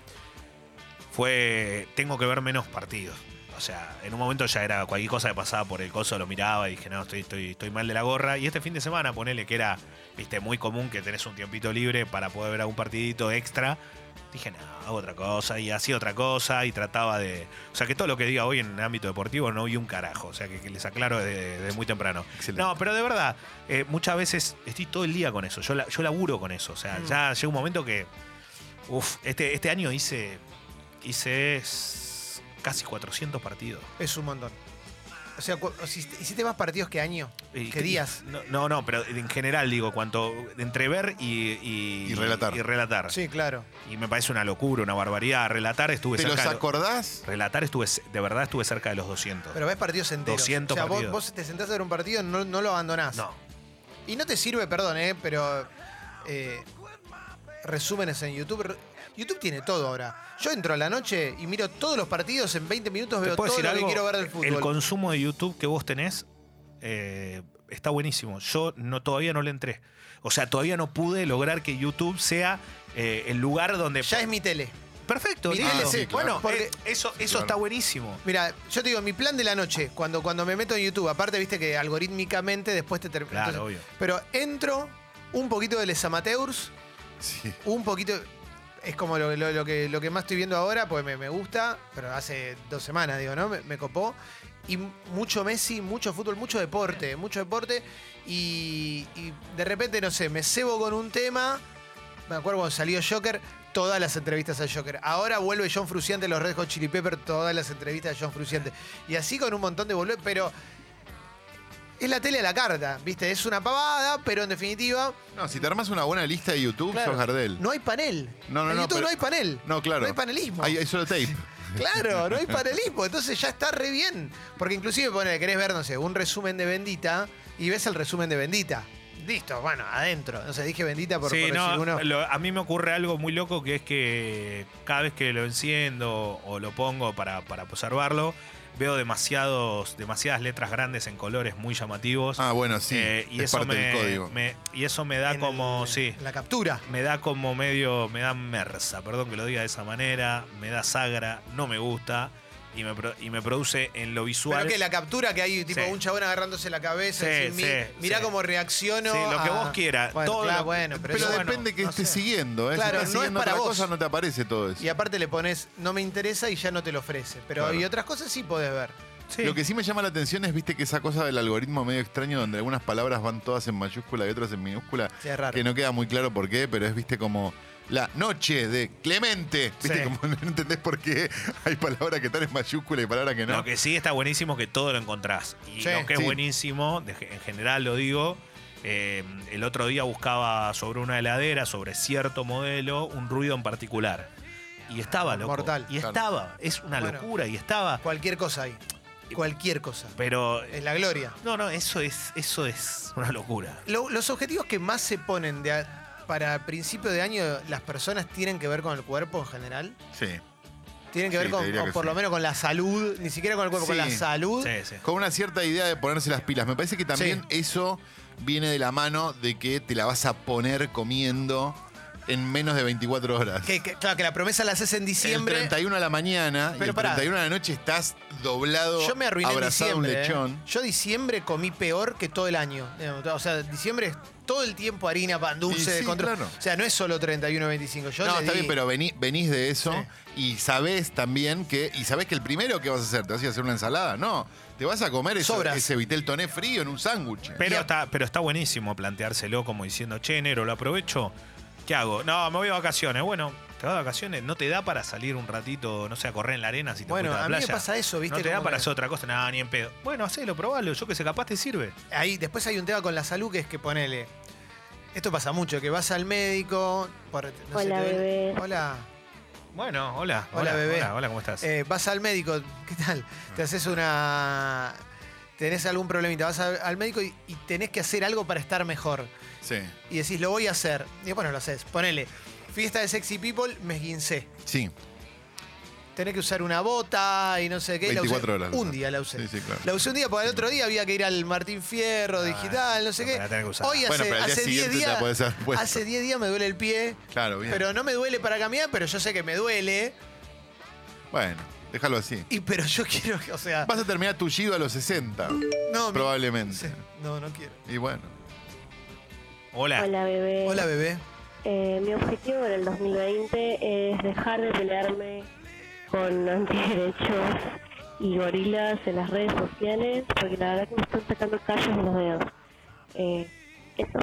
[SPEAKER 2] Fue. Tengo que ver menos partidos. O sea, en un momento ya era cualquier cosa que pasaba por el coso, lo miraba y dije, no, estoy, estoy, estoy mal de la gorra. Y este fin de semana, ponele que era, viste, muy común que tenés un tiempito libre para poder ver algún partidito extra. Dije, no, hago otra cosa y hacía otra cosa y trataba de. O sea, que todo lo que diga hoy en el ámbito deportivo no vi un carajo. O sea, que, que les aclaro desde, desde muy temprano.
[SPEAKER 3] Excelente.
[SPEAKER 2] No, pero de verdad, eh, muchas veces estoy todo el día con eso. Yo, la- yo laburo con eso. O sea,
[SPEAKER 1] Mm.
[SPEAKER 2] ya llega un momento que. Uf, este, este año hice. Hice s- casi 400 partidos.
[SPEAKER 1] Es un montón. O sea, cu- hiciste hiciste más partidos que año,
[SPEAKER 2] Y-
[SPEAKER 1] que días.
[SPEAKER 2] No, no, no, pero en general digo, cuanto entre ver y, y,
[SPEAKER 3] Y relatar.
[SPEAKER 2] Y relatar.
[SPEAKER 1] Sí, claro.
[SPEAKER 2] Y me parece una locura, una barbaridad. Relatar estuve
[SPEAKER 3] ¿Te los
[SPEAKER 2] cerca. de-
[SPEAKER 3] acordás?
[SPEAKER 2] relatar estuve, ce- de verdad estuve cerca de los 200.
[SPEAKER 1] Pero ves partidos enteros.
[SPEAKER 2] 200
[SPEAKER 1] o sea, vos-
[SPEAKER 2] partidos.
[SPEAKER 1] Vos, te sentás a ver un partido, no, no lo abandonás.
[SPEAKER 2] no.
[SPEAKER 1] Y no te sirve, perdón, ¿eh? pero eh, resúmenes en YouTube. Re- YouTube tiene todo ahora. Yo entro a la noche y miro todos los partidos, en 20 minutos
[SPEAKER 2] ¿Te
[SPEAKER 1] veo todo
[SPEAKER 2] puedo
[SPEAKER 1] lo
[SPEAKER 2] decir
[SPEAKER 1] que
[SPEAKER 2] algo?
[SPEAKER 1] quiero ver del
[SPEAKER 2] El
[SPEAKER 1] fútbol.
[SPEAKER 2] consumo de YouTube que vos tenés eh, está buenísimo. Yo no, todavía no le entré. O sea, todavía no pude lograr que YouTube sea eh, el lugar donde.
[SPEAKER 1] Ya es mi tele.
[SPEAKER 2] Perfecto,
[SPEAKER 1] mi
[SPEAKER 2] listo.
[SPEAKER 1] tele,
[SPEAKER 3] sí, claro.
[SPEAKER 2] Bueno,
[SPEAKER 1] Porque-
[SPEAKER 2] eh, eso, eso
[SPEAKER 3] Claro.
[SPEAKER 2] está buenísimo.
[SPEAKER 1] Mira, yo te digo, mi plan de la noche, cuando, cuando me meto en YouTube, aparte viste que algorítmicamente después te termina.
[SPEAKER 2] Claro, obvio.
[SPEAKER 1] Pero entro un poquito de Les Amateurs,
[SPEAKER 3] Sí.
[SPEAKER 1] un poquito. Es como lo, lo- lo que, lo que más estoy viendo ahora, pues me, me gusta, pero hace dos semanas, digo, ¿no? Me, me copó. Y m- mucho Messi, mucho fútbol, mucho deporte, mucho deporte. Y, y de repente, no sé, me cebo con un tema. Me acuerdo cuando salió Joker, todas las entrevistas a Joker. Ahora vuelve John Fruciante, los Red Hot Chili Pepper, todas las entrevistas a John Fruciante. Y así con un montón de volver, pero. Es la tele a la carta, ¿viste? Es una pavada, pero en definitiva.
[SPEAKER 3] No, si te armas una buena lista de YouTube,
[SPEAKER 1] Claro.
[SPEAKER 3] sos Gardel.
[SPEAKER 1] No hay panel.
[SPEAKER 3] No, no,
[SPEAKER 1] en
[SPEAKER 3] no,
[SPEAKER 1] YouTube
[SPEAKER 3] pero-
[SPEAKER 1] no hay panel.
[SPEAKER 3] No, claro.
[SPEAKER 1] No hay panelismo.
[SPEAKER 3] Hay, hay solo tape.
[SPEAKER 1] Claro, no hay panelismo. Entonces ya está re bien. Porque inclusive, ponele, querés ver, no sé, un resumen de Bendita y ves el resumen de Bendita. Listo, bueno, adentro. No sé, dije Bendita por,
[SPEAKER 2] Sí,
[SPEAKER 1] por
[SPEAKER 2] no,
[SPEAKER 1] decir uno.
[SPEAKER 2] lo- a mí me ocurre algo muy loco que es que cada vez que lo enciendo o lo pongo para, para observarlo, veo demasiados, demasiadas letras grandes en colores muy llamativos.
[SPEAKER 3] Ah, bueno, sí.
[SPEAKER 2] Eh, y
[SPEAKER 3] es
[SPEAKER 2] eso
[SPEAKER 3] parte
[SPEAKER 2] me,
[SPEAKER 3] del código.
[SPEAKER 2] me- y eso me da
[SPEAKER 1] en
[SPEAKER 2] como,
[SPEAKER 1] el-
[SPEAKER 2] sí,
[SPEAKER 1] La captura.
[SPEAKER 2] me da como medio, me da mersa, perdón que lo diga de esa manera, me da sagra, no me gusta y me, pro- y me produce en lo visual.
[SPEAKER 1] Pero que la captura que hay, tipo
[SPEAKER 2] Sí.
[SPEAKER 1] un chabón agarrándose la cabeza.
[SPEAKER 2] Sí,
[SPEAKER 1] decir, "Mi-
[SPEAKER 2] sí,
[SPEAKER 1] mirá
[SPEAKER 2] sí.
[SPEAKER 1] cómo reacciono.
[SPEAKER 2] Sí, lo que
[SPEAKER 1] a-
[SPEAKER 2] vos quieras,
[SPEAKER 1] Bueno,
[SPEAKER 2] todo
[SPEAKER 1] claro,
[SPEAKER 2] lo-
[SPEAKER 1] bueno, pero,
[SPEAKER 3] Pero
[SPEAKER 1] eso, bueno,
[SPEAKER 3] depende que
[SPEAKER 1] no
[SPEAKER 3] estés
[SPEAKER 1] sé.
[SPEAKER 3] siguiendo, ¿eh?
[SPEAKER 1] Claro, no
[SPEAKER 3] si
[SPEAKER 1] es
[SPEAKER 3] estás siguiendo
[SPEAKER 1] para
[SPEAKER 3] otra
[SPEAKER 1] vos.
[SPEAKER 3] cosa, no te aparece todo eso.
[SPEAKER 1] Y aparte le pones no me interesa y ya no te lo ofrece. Pero
[SPEAKER 3] Claro.
[SPEAKER 1] hay otras cosas sí podés ver.
[SPEAKER 2] Sí.
[SPEAKER 3] Lo que sí me llama la atención es, viste, que esa cosa del algoritmo medio extraño donde algunas palabras van todas en mayúscula y otras en minúscula,
[SPEAKER 1] Sí, es raro.
[SPEAKER 3] que no queda muy claro por qué, pero es, viste, como la noche de Clemente. Viste,
[SPEAKER 2] Sí.
[SPEAKER 3] como no entendés por qué hay palabras que están en mayúscula y palabras que no.
[SPEAKER 2] Lo que sí está buenísimo que todo lo encontrás. Y
[SPEAKER 1] Sí,
[SPEAKER 2] lo que es
[SPEAKER 3] sí.
[SPEAKER 2] buenísimo, de- en general lo digo, eh, el otro día buscaba sobre una heladera, sobre cierto modelo, un ruido en particular. Y estaba, loco.
[SPEAKER 1] Mortal.
[SPEAKER 2] Y
[SPEAKER 3] Claro.
[SPEAKER 2] estaba. Es una
[SPEAKER 1] Bueno.
[SPEAKER 2] locura. Y estaba.
[SPEAKER 1] Cualquier cosa hay. Cualquier cosa.
[SPEAKER 2] Pero.
[SPEAKER 1] Es la gloria.
[SPEAKER 2] No, no, eso es, eso es una locura.
[SPEAKER 1] Lo- los objetivos que más se ponen de a- para principio de año, las personas tienen que ver con el cuerpo en general.
[SPEAKER 3] Sí.
[SPEAKER 1] Tienen que
[SPEAKER 3] Sí,
[SPEAKER 1] ver
[SPEAKER 3] te
[SPEAKER 1] con,
[SPEAKER 3] diría
[SPEAKER 1] o
[SPEAKER 3] que
[SPEAKER 1] por
[SPEAKER 3] sí.
[SPEAKER 1] lo menos con la salud, ni siquiera con el cuerpo, con
[SPEAKER 3] Sí.
[SPEAKER 1] la salud.
[SPEAKER 2] Sí, sí.
[SPEAKER 3] Con una cierta idea de ponerse las pilas. Me parece que también eso viene de la mano de que te la vas a poner comiendo en menos de 24 horas.
[SPEAKER 1] Que, que- claro, que la promesa la haces en diciembre.
[SPEAKER 3] El 31 a la mañana y
[SPEAKER 1] Pero
[SPEAKER 3] el
[SPEAKER 1] pará.
[SPEAKER 3] 31 a la noche estás doblado,
[SPEAKER 1] Yo me arruiné en
[SPEAKER 3] abrazado a un
[SPEAKER 1] diciembre. ¿eh?
[SPEAKER 3] lechón.
[SPEAKER 1] Yo diciembre comí peor que todo el año. Digamos, O sea, diciembre es todo el tiempo harina, pan dulce,
[SPEAKER 3] sí,
[SPEAKER 1] de control.
[SPEAKER 3] claro.
[SPEAKER 1] O sea, no es solo 31 25. Yo
[SPEAKER 3] no,
[SPEAKER 1] le
[SPEAKER 3] está
[SPEAKER 1] di-
[SPEAKER 3] bien, pero vení- venís de eso y sabés también que. Y sabés que el primero que vas a hacer, ¿te vas a ir a hacer una ensalada? No. Te vas a comer eso-
[SPEAKER 1] Sobras.
[SPEAKER 3] ese vitel toné frío en un sándwich.
[SPEAKER 2] Pero,
[SPEAKER 1] Y a-
[SPEAKER 2] está, pero está buenísimo planteárselo como diciendo, che, enero, ¿lo aprovecho? ¿Qué hago? No, me voy a vacaciones. Bueno, te vas de vacaciones, no te da para salir un ratito, no sé, a correr en la arena si te
[SPEAKER 1] Bueno,
[SPEAKER 2] fuiste
[SPEAKER 1] a
[SPEAKER 2] la
[SPEAKER 1] mí me
[SPEAKER 2] playa.
[SPEAKER 1] pasa eso, ¿viste?
[SPEAKER 2] No te da
[SPEAKER 1] Como
[SPEAKER 2] para
[SPEAKER 1] que-
[SPEAKER 2] hacer otra cosa, nada, ni en pedo. Bueno, hacelo, probalo, yo que sé, capaz te sirve.
[SPEAKER 1] Ahí, después hay un tema con la salud que es que ponele. Esto pasa mucho, que vas al médico. por- no sé,
[SPEAKER 9] Hola,
[SPEAKER 1] te duele-
[SPEAKER 9] bebé.
[SPEAKER 1] Hola.
[SPEAKER 2] Bueno, hola.
[SPEAKER 1] Hola, bebé.
[SPEAKER 2] Hola, hola, ¿cómo estás?
[SPEAKER 1] Eh, vas al médico, ¿qué tal? Te haces una. Tenés algún problemita, vas al, al médico y, y tenés que hacer algo para estar mejor.
[SPEAKER 3] Sí,
[SPEAKER 1] Y decís, lo voy a hacer. Y bueno, lo haces. Ponele, fiesta de sexy people, me esguincé.
[SPEAKER 3] sí.
[SPEAKER 1] Tenés que usar una bota y no sé qué. la usé
[SPEAKER 3] 24 horas la
[SPEAKER 1] Un
[SPEAKER 3] usás.
[SPEAKER 1] día la usé.
[SPEAKER 3] Sí, sí, claro.
[SPEAKER 1] La usé un día, porque al otro día había que ir al Martín Fierro
[SPEAKER 2] Ah,
[SPEAKER 1] digital, no sé
[SPEAKER 2] pero
[SPEAKER 1] qué.
[SPEAKER 2] la tenés que usar.
[SPEAKER 1] Hoy
[SPEAKER 3] Bueno,
[SPEAKER 1] hace,
[SPEAKER 3] pero al día
[SPEAKER 1] hace 10
[SPEAKER 3] siguiente te la
[SPEAKER 1] días.
[SPEAKER 3] podés haber puesto.
[SPEAKER 1] Hace 10 días me duele el pie.
[SPEAKER 3] Claro, bien.
[SPEAKER 1] Pero no me duele para caminar, pero yo sé que me duele.
[SPEAKER 3] Bueno, déjalo así.
[SPEAKER 1] Y pero yo quiero, que- o sea,
[SPEAKER 3] Vas a terminar tullido a los 60,
[SPEAKER 1] no, mi-
[SPEAKER 3] probablemente.
[SPEAKER 1] no, no quiero.
[SPEAKER 3] Y bueno.
[SPEAKER 2] hola.
[SPEAKER 9] Hola bebé.
[SPEAKER 1] Hola, bebé.
[SPEAKER 9] Eh, mi objetivo en el 2020 es dejar de pelearme con antiderechos y gorilas en las redes sociales, porque la verdad que me están sacando callos en los dedos.
[SPEAKER 2] Ah.
[SPEAKER 9] Eh, eso,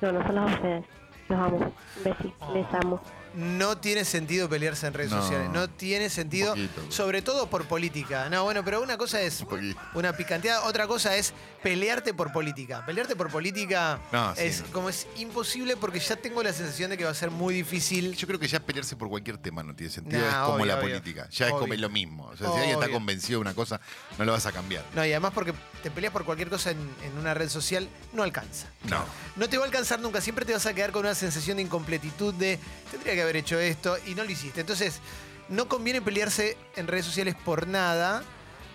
[SPEAKER 9] no, no son las ustedes. Los amo. Un besi, les amo.
[SPEAKER 1] No tiene sentido pelearse en redes
[SPEAKER 3] No.
[SPEAKER 1] sociales. No tiene sentido.
[SPEAKER 3] poquito.
[SPEAKER 1] sobre todo por política. No, bueno, pero una cosa es
[SPEAKER 3] Un poquito.
[SPEAKER 1] una picanteada, otra cosa es pelearte por política. Pelearte por política
[SPEAKER 3] No, sí,
[SPEAKER 1] es
[SPEAKER 3] no.
[SPEAKER 1] como es imposible porque ya tengo la sensación de que va a ser muy difícil.
[SPEAKER 3] Yo creo que ya pelearse por cualquier tema no tiene sentido.
[SPEAKER 1] Nah,
[SPEAKER 3] es como
[SPEAKER 1] obvio,
[SPEAKER 3] la
[SPEAKER 1] obvio.
[SPEAKER 3] política. Ya es como
[SPEAKER 1] Obvio.
[SPEAKER 3] lo mismo. O sea, si alguien está
[SPEAKER 1] Obvio.
[SPEAKER 3] convencido de una cosa, no lo vas a cambiar.
[SPEAKER 1] No, y además porque te peleas por cualquier cosa en, en una red social, no alcanza.
[SPEAKER 3] No.
[SPEAKER 1] No te va a alcanzar nunca, siempre te vas a quedar con una sensación de incompletitud de tendría que haber hecho esto y no lo hiciste. Entonces, no conviene pelearse en redes sociales por nada,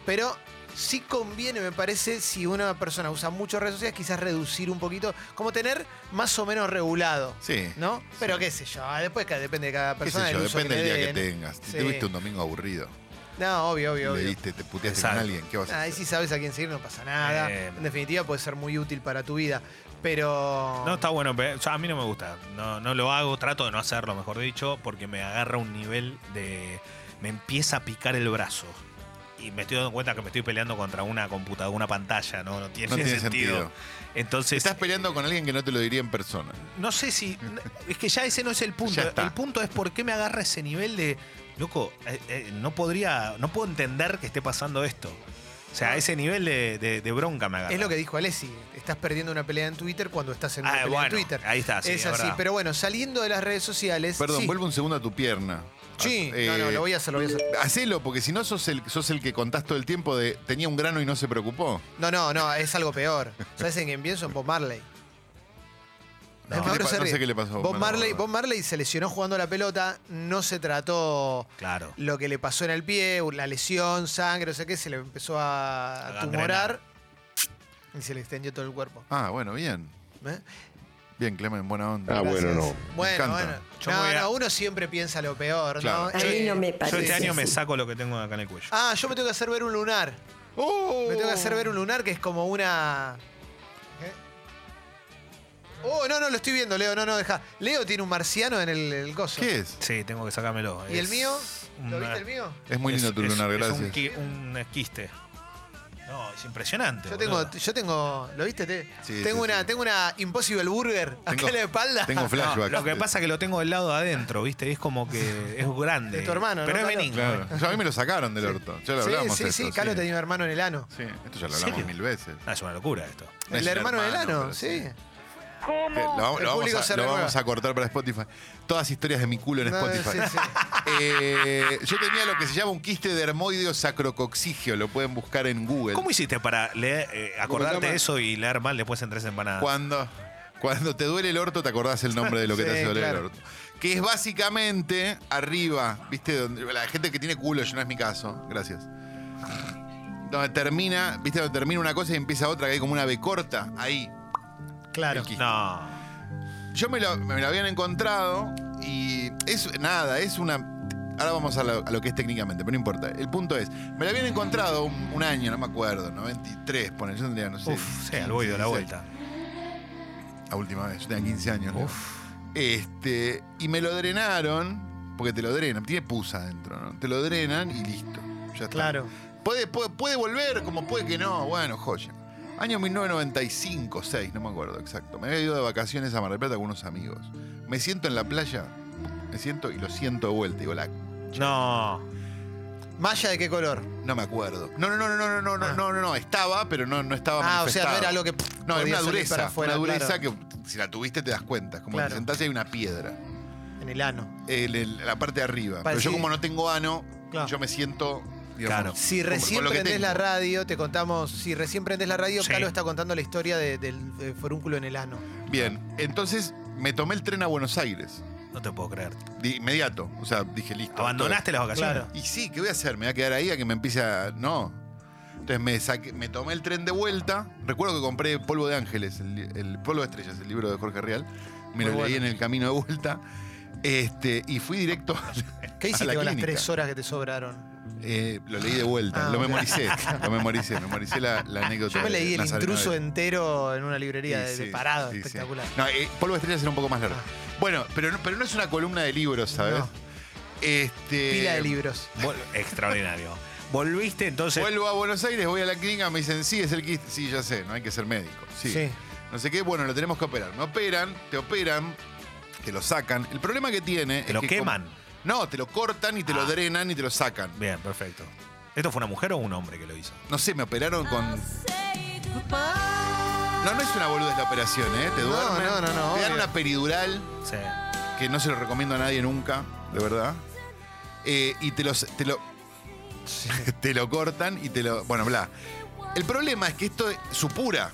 [SPEAKER 1] pero sí conviene, me parece, si una persona usa mucho redes sociales, quizás reducir un poquito, como tener más o menos regulado.
[SPEAKER 3] Sí.
[SPEAKER 1] ¿No? Pero qué sé yo, ah, después ca- depende de cada
[SPEAKER 3] ¿Qué
[SPEAKER 1] persona.
[SPEAKER 3] sé yo?
[SPEAKER 1] del uso
[SPEAKER 3] Depende
[SPEAKER 1] le
[SPEAKER 3] del día que
[SPEAKER 1] den.
[SPEAKER 3] tengas. Si
[SPEAKER 1] Sí.
[SPEAKER 3] tuviste un domingo aburrido,
[SPEAKER 1] No, obvio, obvio,
[SPEAKER 3] le
[SPEAKER 1] obvio.
[SPEAKER 3] diste, te puteaste
[SPEAKER 2] Exacto.
[SPEAKER 3] con alguien, ¿qué vas a
[SPEAKER 1] Ahí
[SPEAKER 3] hacer?
[SPEAKER 1] sí sabes a quién seguir, no pasa nada.
[SPEAKER 2] Eh,
[SPEAKER 1] en definitiva, puede ser muy útil para tu vida. Pero.
[SPEAKER 2] No, está bueno, pero o sea, a mí no me gusta. No, no lo hago, trato de no hacerlo, mejor dicho, porque me agarra un nivel de. Me empieza a picar el brazo. Y me estoy dando cuenta que me estoy peleando contra una computadora, una pantalla, no, no tiene,
[SPEAKER 3] No tiene
[SPEAKER 2] sentido.
[SPEAKER 3] sentido.
[SPEAKER 2] Entonces.
[SPEAKER 3] Estás peleando con alguien que no te lo diría en persona.
[SPEAKER 2] No sé si. Es que ya ese no es el punto.
[SPEAKER 3] Ya está.
[SPEAKER 2] El punto es por qué me agarra ese nivel de. Loco, eh, eh, no podría. No puedo entender que esté pasando esto. O sea, ese nivel de, de- de bronca me agarra.
[SPEAKER 1] Es lo que dijo Alessi. Estás perdiendo una pelea en Twitter cuando estás en una
[SPEAKER 2] Ah,
[SPEAKER 1] pelea en
[SPEAKER 2] bueno,
[SPEAKER 1] Twitter.
[SPEAKER 2] ahí está, sí,
[SPEAKER 1] es
[SPEAKER 2] es
[SPEAKER 1] así.
[SPEAKER 2] verdad.
[SPEAKER 1] Pero bueno, saliendo de las redes sociales.
[SPEAKER 3] Perdón,
[SPEAKER 1] sí.
[SPEAKER 3] vuelve un segundo a tu pierna.
[SPEAKER 1] Sí,
[SPEAKER 3] Ah, eh,
[SPEAKER 1] no, no, lo voy a hacer, lo voy a hacer.
[SPEAKER 3] Hacelo, porque si no sos el, sos el que contás todo el tiempo de tenía un grano y no se preocupó.
[SPEAKER 1] No, no, no, es algo peor. ¿Sabes en quién pienso? En Bob Marley.
[SPEAKER 3] No.
[SPEAKER 1] Es
[SPEAKER 3] ¿Qué le
[SPEAKER 1] Mauro
[SPEAKER 3] pa- no
[SPEAKER 1] Serri.
[SPEAKER 3] sé qué le pasó a Bob
[SPEAKER 1] Bob Marley,
[SPEAKER 3] Marley.
[SPEAKER 1] Bob Marley se lesionó jugando a la pelota, no se trató
[SPEAKER 2] Claro.
[SPEAKER 1] lo que le pasó en el pie, la lesión, sangre, o sea que se le empezó a,
[SPEAKER 2] A
[SPEAKER 1] tumorar y se le extendió todo el cuerpo.
[SPEAKER 3] Ah, bueno, bien.
[SPEAKER 1] ¿eh?
[SPEAKER 3] Bien, Clemen, buena onda.
[SPEAKER 1] Gracias.
[SPEAKER 3] Me
[SPEAKER 1] Bueno,
[SPEAKER 3] encanta.
[SPEAKER 1] bueno.
[SPEAKER 2] Yo
[SPEAKER 1] No,
[SPEAKER 2] me voy a-
[SPEAKER 1] no, uno siempre piensa lo peor,
[SPEAKER 3] Claro.
[SPEAKER 1] ¿no?
[SPEAKER 9] A mí no me
[SPEAKER 2] Yo
[SPEAKER 9] parece
[SPEAKER 2] este año
[SPEAKER 9] así.
[SPEAKER 2] me saco lo que tengo acá en el cuello.
[SPEAKER 1] Ah, yo me tengo que hacer ver un lunar.
[SPEAKER 3] ¡Oh!
[SPEAKER 1] Me tengo que hacer ver un lunar que es como una. ¿Eh? Oh, no, no, lo estoy viendo, Leo. No, no, deja. Leo tiene un marciano en el, el coso.
[SPEAKER 3] ¿Qué es?
[SPEAKER 2] Sí, tengo que sacármelo.
[SPEAKER 1] ¿Y el
[SPEAKER 2] Es
[SPEAKER 1] mío? ¿Lo
[SPEAKER 2] una-
[SPEAKER 1] viste el mío?
[SPEAKER 3] Es muy lindo
[SPEAKER 2] es-
[SPEAKER 3] tu
[SPEAKER 2] es-
[SPEAKER 3] lunar,
[SPEAKER 2] es
[SPEAKER 3] gracias.
[SPEAKER 2] un qui- un, quiste. No, es impresionante.
[SPEAKER 1] Yo tengo,
[SPEAKER 2] boludo.
[SPEAKER 1] yo tengo, ¿lo viste? Te-
[SPEAKER 3] Sí,
[SPEAKER 1] tengo
[SPEAKER 3] sí,
[SPEAKER 1] una,
[SPEAKER 3] sí.
[SPEAKER 1] tengo una Impossible Burger acá
[SPEAKER 3] Tengo-
[SPEAKER 1] en la espalda.
[SPEAKER 3] Tengo
[SPEAKER 2] No,
[SPEAKER 3] flashbacks.
[SPEAKER 2] lo que pasa es que lo tengo del lado de adentro, ¿viste? Y es como que es grande.
[SPEAKER 1] Es tu hermano,
[SPEAKER 2] Pero
[SPEAKER 1] ¿no,
[SPEAKER 2] es
[SPEAKER 1] Calo?
[SPEAKER 2] benigno. ¿eh?
[SPEAKER 3] Claro. O sea, a mí me lo sacaron del orto. Ya lo
[SPEAKER 1] sí,
[SPEAKER 3] hablábamos.
[SPEAKER 1] sí, sí,
[SPEAKER 3] esto,
[SPEAKER 1] Calo tenía un hermano en el ano.
[SPEAKER 3] Sí, esto ya lo
[SPEAKER 2] ¿En
[SPEAKER 3] hablamos
[SPEAKER 2] serio?
[SPEAKER 3] mil veces.
[SPEAKER 2] Ah, es una locura esto.
[SPEAKER 3] No es
[SPEAKER 1] el
[SPEAKER 3] el
[SPEAKER 1] hermano en el
[SPEAKER 3] hermano,
[SPEAKER 1] ano,
[SPEAKER 3] pero
[SPEAKER 1] sí.
[SPEAKER 3] sí.
[SPEAKER 5] ¿Cómo?
[SPEAKER 3] Que Lo, vamos-
[SPEAKER 1] El
[SPEAKER 3] lo
[SPEAKER 1] público
[SPEAKER 3] vamos,
[SPEAKER 1] se
[SPEAKER 3] a, lo
[SPEAKER 1] renueva.
[SPEAKER 3] vamos a cortar para Spotify. Todas historias de mi culo en
[SPEAKER 1] No, sí,
[SPEAKER 3] Spotify.
[SPEAKER 1] sí.
[SPEAKER 3] Eh, yo tenía lo que se llama un quiste de hermoideo sacrocoxigio. Lo pueden buscar en Google.
[SPEAKER 2] ¿Cómo hiciste para leer, eh,
[SPEAKER 4] Google
[SPEAKER 2] acordarte
[SPEAKER 4] Dama.
[SPEAKER 2] eso y leer mal después en tres empanadas?
[SPEAKER 3] Cuando, cuando te duele el orto, te acordás el nombre de lo que te
[SPEAKER 1] Sí,
[SPEAKER 3] hace doler el
[SPEAKER 1] claro.
[SPEAKER 3] orto. Que es básicamente arriba, ¿viste? Donde, la gente que tiene culo, yo no es mi caso. Gracias. Donde termina, ¿viste? Donde termina una cosa y empieza otra, que hay como una B corta. Ahí.
[SPEAKER 1] Claro.
[SPEAKER 3] el quiste.
[SPEAKER 2] No.
[SPEAKER 3] Yo me lo, me lo habían encontrado y es nada, es una. Ahora vamos a lo, a lo que es técnicamente, pero no importa. El punto es, me lo habían encontrado un, un año, no me acuerdo, 93, poner, yo tendría, no sé.
[SPEAKER 2] Uf, sí, al voy de la
[SPEAKER 3] 15,
[SPEAKER 2] vuelta.
[SPEAKER 3] La última vez, yo tenía 15 años. Leo. Este, y me lo drenaron, porque te lo drenan, tiene pus adentro, ¿no? Te lo drenan y listo. Ya está.
[SPEAKER 1] Claro.
[SPEAKER 3] Puede, puede, puede volver, como puede que no. Bueno, joya. Año 1995, 6, no me acuerdo exacto. Me había ido de vacaciones a Mar del Plata con unos amigos. Me siento en la playa, me siento y lo siento de vuelta. Digo, la,
[SPEAKER 2] No.
[SPEAKER 1] ¿Malla de qué color?
[SPEAKER 3] no me acuerdo. No, no, no, no, no, no, no,
[SPEAKER 1] Ah.
[SPEAKER 3] no, no, no, estaba, pero no, no estaba
[SPEAKER 1] Ah, o sea, no
[SPEAKER 3] manifestado.
[SPEAKER 1] era algo que.
[SPEAKER 3] No,
[SPEAKER 1] podía
[SPEAKER 3] era una
[SPEAKER 1] salir para
[SPEAKER 3] dureza,
[SPEAKER 1] afuera,
[SPEAKER 3] una dureza
[SPEAKER 1] claro,
[SPEAKER 3] que si la tuviste te das cuenta. Es como que
[SPEAKER 1] Claro.
[SPEAKER 3] te sentás y hay una piedra.
[SPEAKER 1] En el ano.
[SPEAKER 3] el- el- la parte de arriba. Pero
[SPEAKER 1] Parece-
[SPEAKER 3] yo como no tengo ano,
[SPEAKER 1] Claro.
[SPEAKER 3] yo me siento...
[SPEAKER 2] Claro.
[SPEAKER 1] Si
[SPEAKER 3] con- con
[SPEAKER 1] recién
[SPEAKER 3] lo que
[SPEAKER 1] prendés
[SPEAKER 3] tengo.
[SPEAKER 1] la radio, te contamos. Si recién prendés la radio,
[SPEAKER 2] Sí.
[SPEAKER 1] Calo está contando la historia de- del eh, forúnculo en el ano.
[SPEAKER 3] Bien, entonces me tomé el tren a Buenos Aires.
[SPEAKER 2] No te puedo creer.
[SPEAKER 3] De inmediato. O sea, dije, listo.
[SPEAKER 2] ¿Abandonaste las vacaciones?
[SPEAKER 3] todo. Y sí, ¿qué voy a hacer? ¿Me voy a quedar ahí a que me empiece a...? No. Entonces me, saqué- me tomé el tren de vuelta. Recuerdo que compré Polvo de Ángeles, el, li- el Polvo de Estrellas, el libro de Jorge Real. Me
[SPEAKER 1] Muy
[SPEAKER 3] lo leí
[SPEAKER 1] bueno.
[SPEAKER 3] en el camino de vuelta. Este, y fui directo a la,
[SPEAKER 1] ¿Qué
[SPEAKER 3] a
[SPEAKER 1] hiciste
[SPEAKER 3] Ah, la
[SPEAKER 1] con las
[SPEAKER 3] clínica.
[SPEAKER 1] tres horas que te sobraron?
[SPEAKER 3] Eh, lo leí de vuelta,
[SPEAKER 1] Ah,
[SPEAKER 3] lo
[SPEAKER 1] ok.
[SPEAKER 3] memoricé, lo memoricé, memoricé la, Ah, la anécdota.
[SPEAKER 1] Yo me
[SPEAKER 3] de
[SPEAKER 1] leí El
[SPEAKER 3] Nazareno
[SPEAKER 1] intruso
[SPEAKER 3] de-
[SPEAKER 1] entero en una librería de,
[SPEAKER 3] Sí,
[SPEAKER 1] de
[SPEAKER 3] sí,
[SPEAKER 1] parado,
[SPEAKER 3] sí, sí.
[SPEAKER 1] espectacular. Ah.
[SPEAKER 3] No, eh, Polvo de Estrellas era un poco más largo. Bueno, pero no, pero no es una columna de libros, ¿sabes?
[SPEAKER 1] No.
[SPEAKER 3] Este,
[SPEAKER 1] Pila de libros.
[SPEAKER 2] Vol- Extraordinario. Volviste entonces.
[SPEAKER 3] Vuelvo a Buenos Aires, voy a la clínica, me dicen, sí, es el quiste. Sí, ya sé, no hay que ser médico. Sí.
[SPEAKER 1] Sí.
[SPEAKER 3] No sé qué, bueno, lo tenemos que operar. Me operan, te operan. te lo sacan. El problema que tiene
[SPEAKER 2] ¿Te lo
[SPEAKER 3] que
[SPEAKER 2] queman?
[SPEAKER 3] como- no, te lo cortan y te lo
[SPEAKER 2] Ah.
[SPEAKER 3] drenan y te lo sacan.
[SPEAKER 2] Bien, perfecto. ¿Esto fue una mujer o un hombre que lo hizo?
[SPEAKER 3] No sé, me operaron con. No, no es una boludez la operación, ¿eh? Te duermen.
[SPEAKER 1] no, no, no,
[SPEAKER 3] Te dan
[SPEAKER 1] obvio.
[SPEAKER 3] una peridural
[SPEAKER 2] Sí.
[SPEAKER 3] que no se lo recomiendo a nadie nunca, de verdad. Eh, y te los. Te lo, te lo cortan y te lo. Bueno, bla. El problema es que esto supura.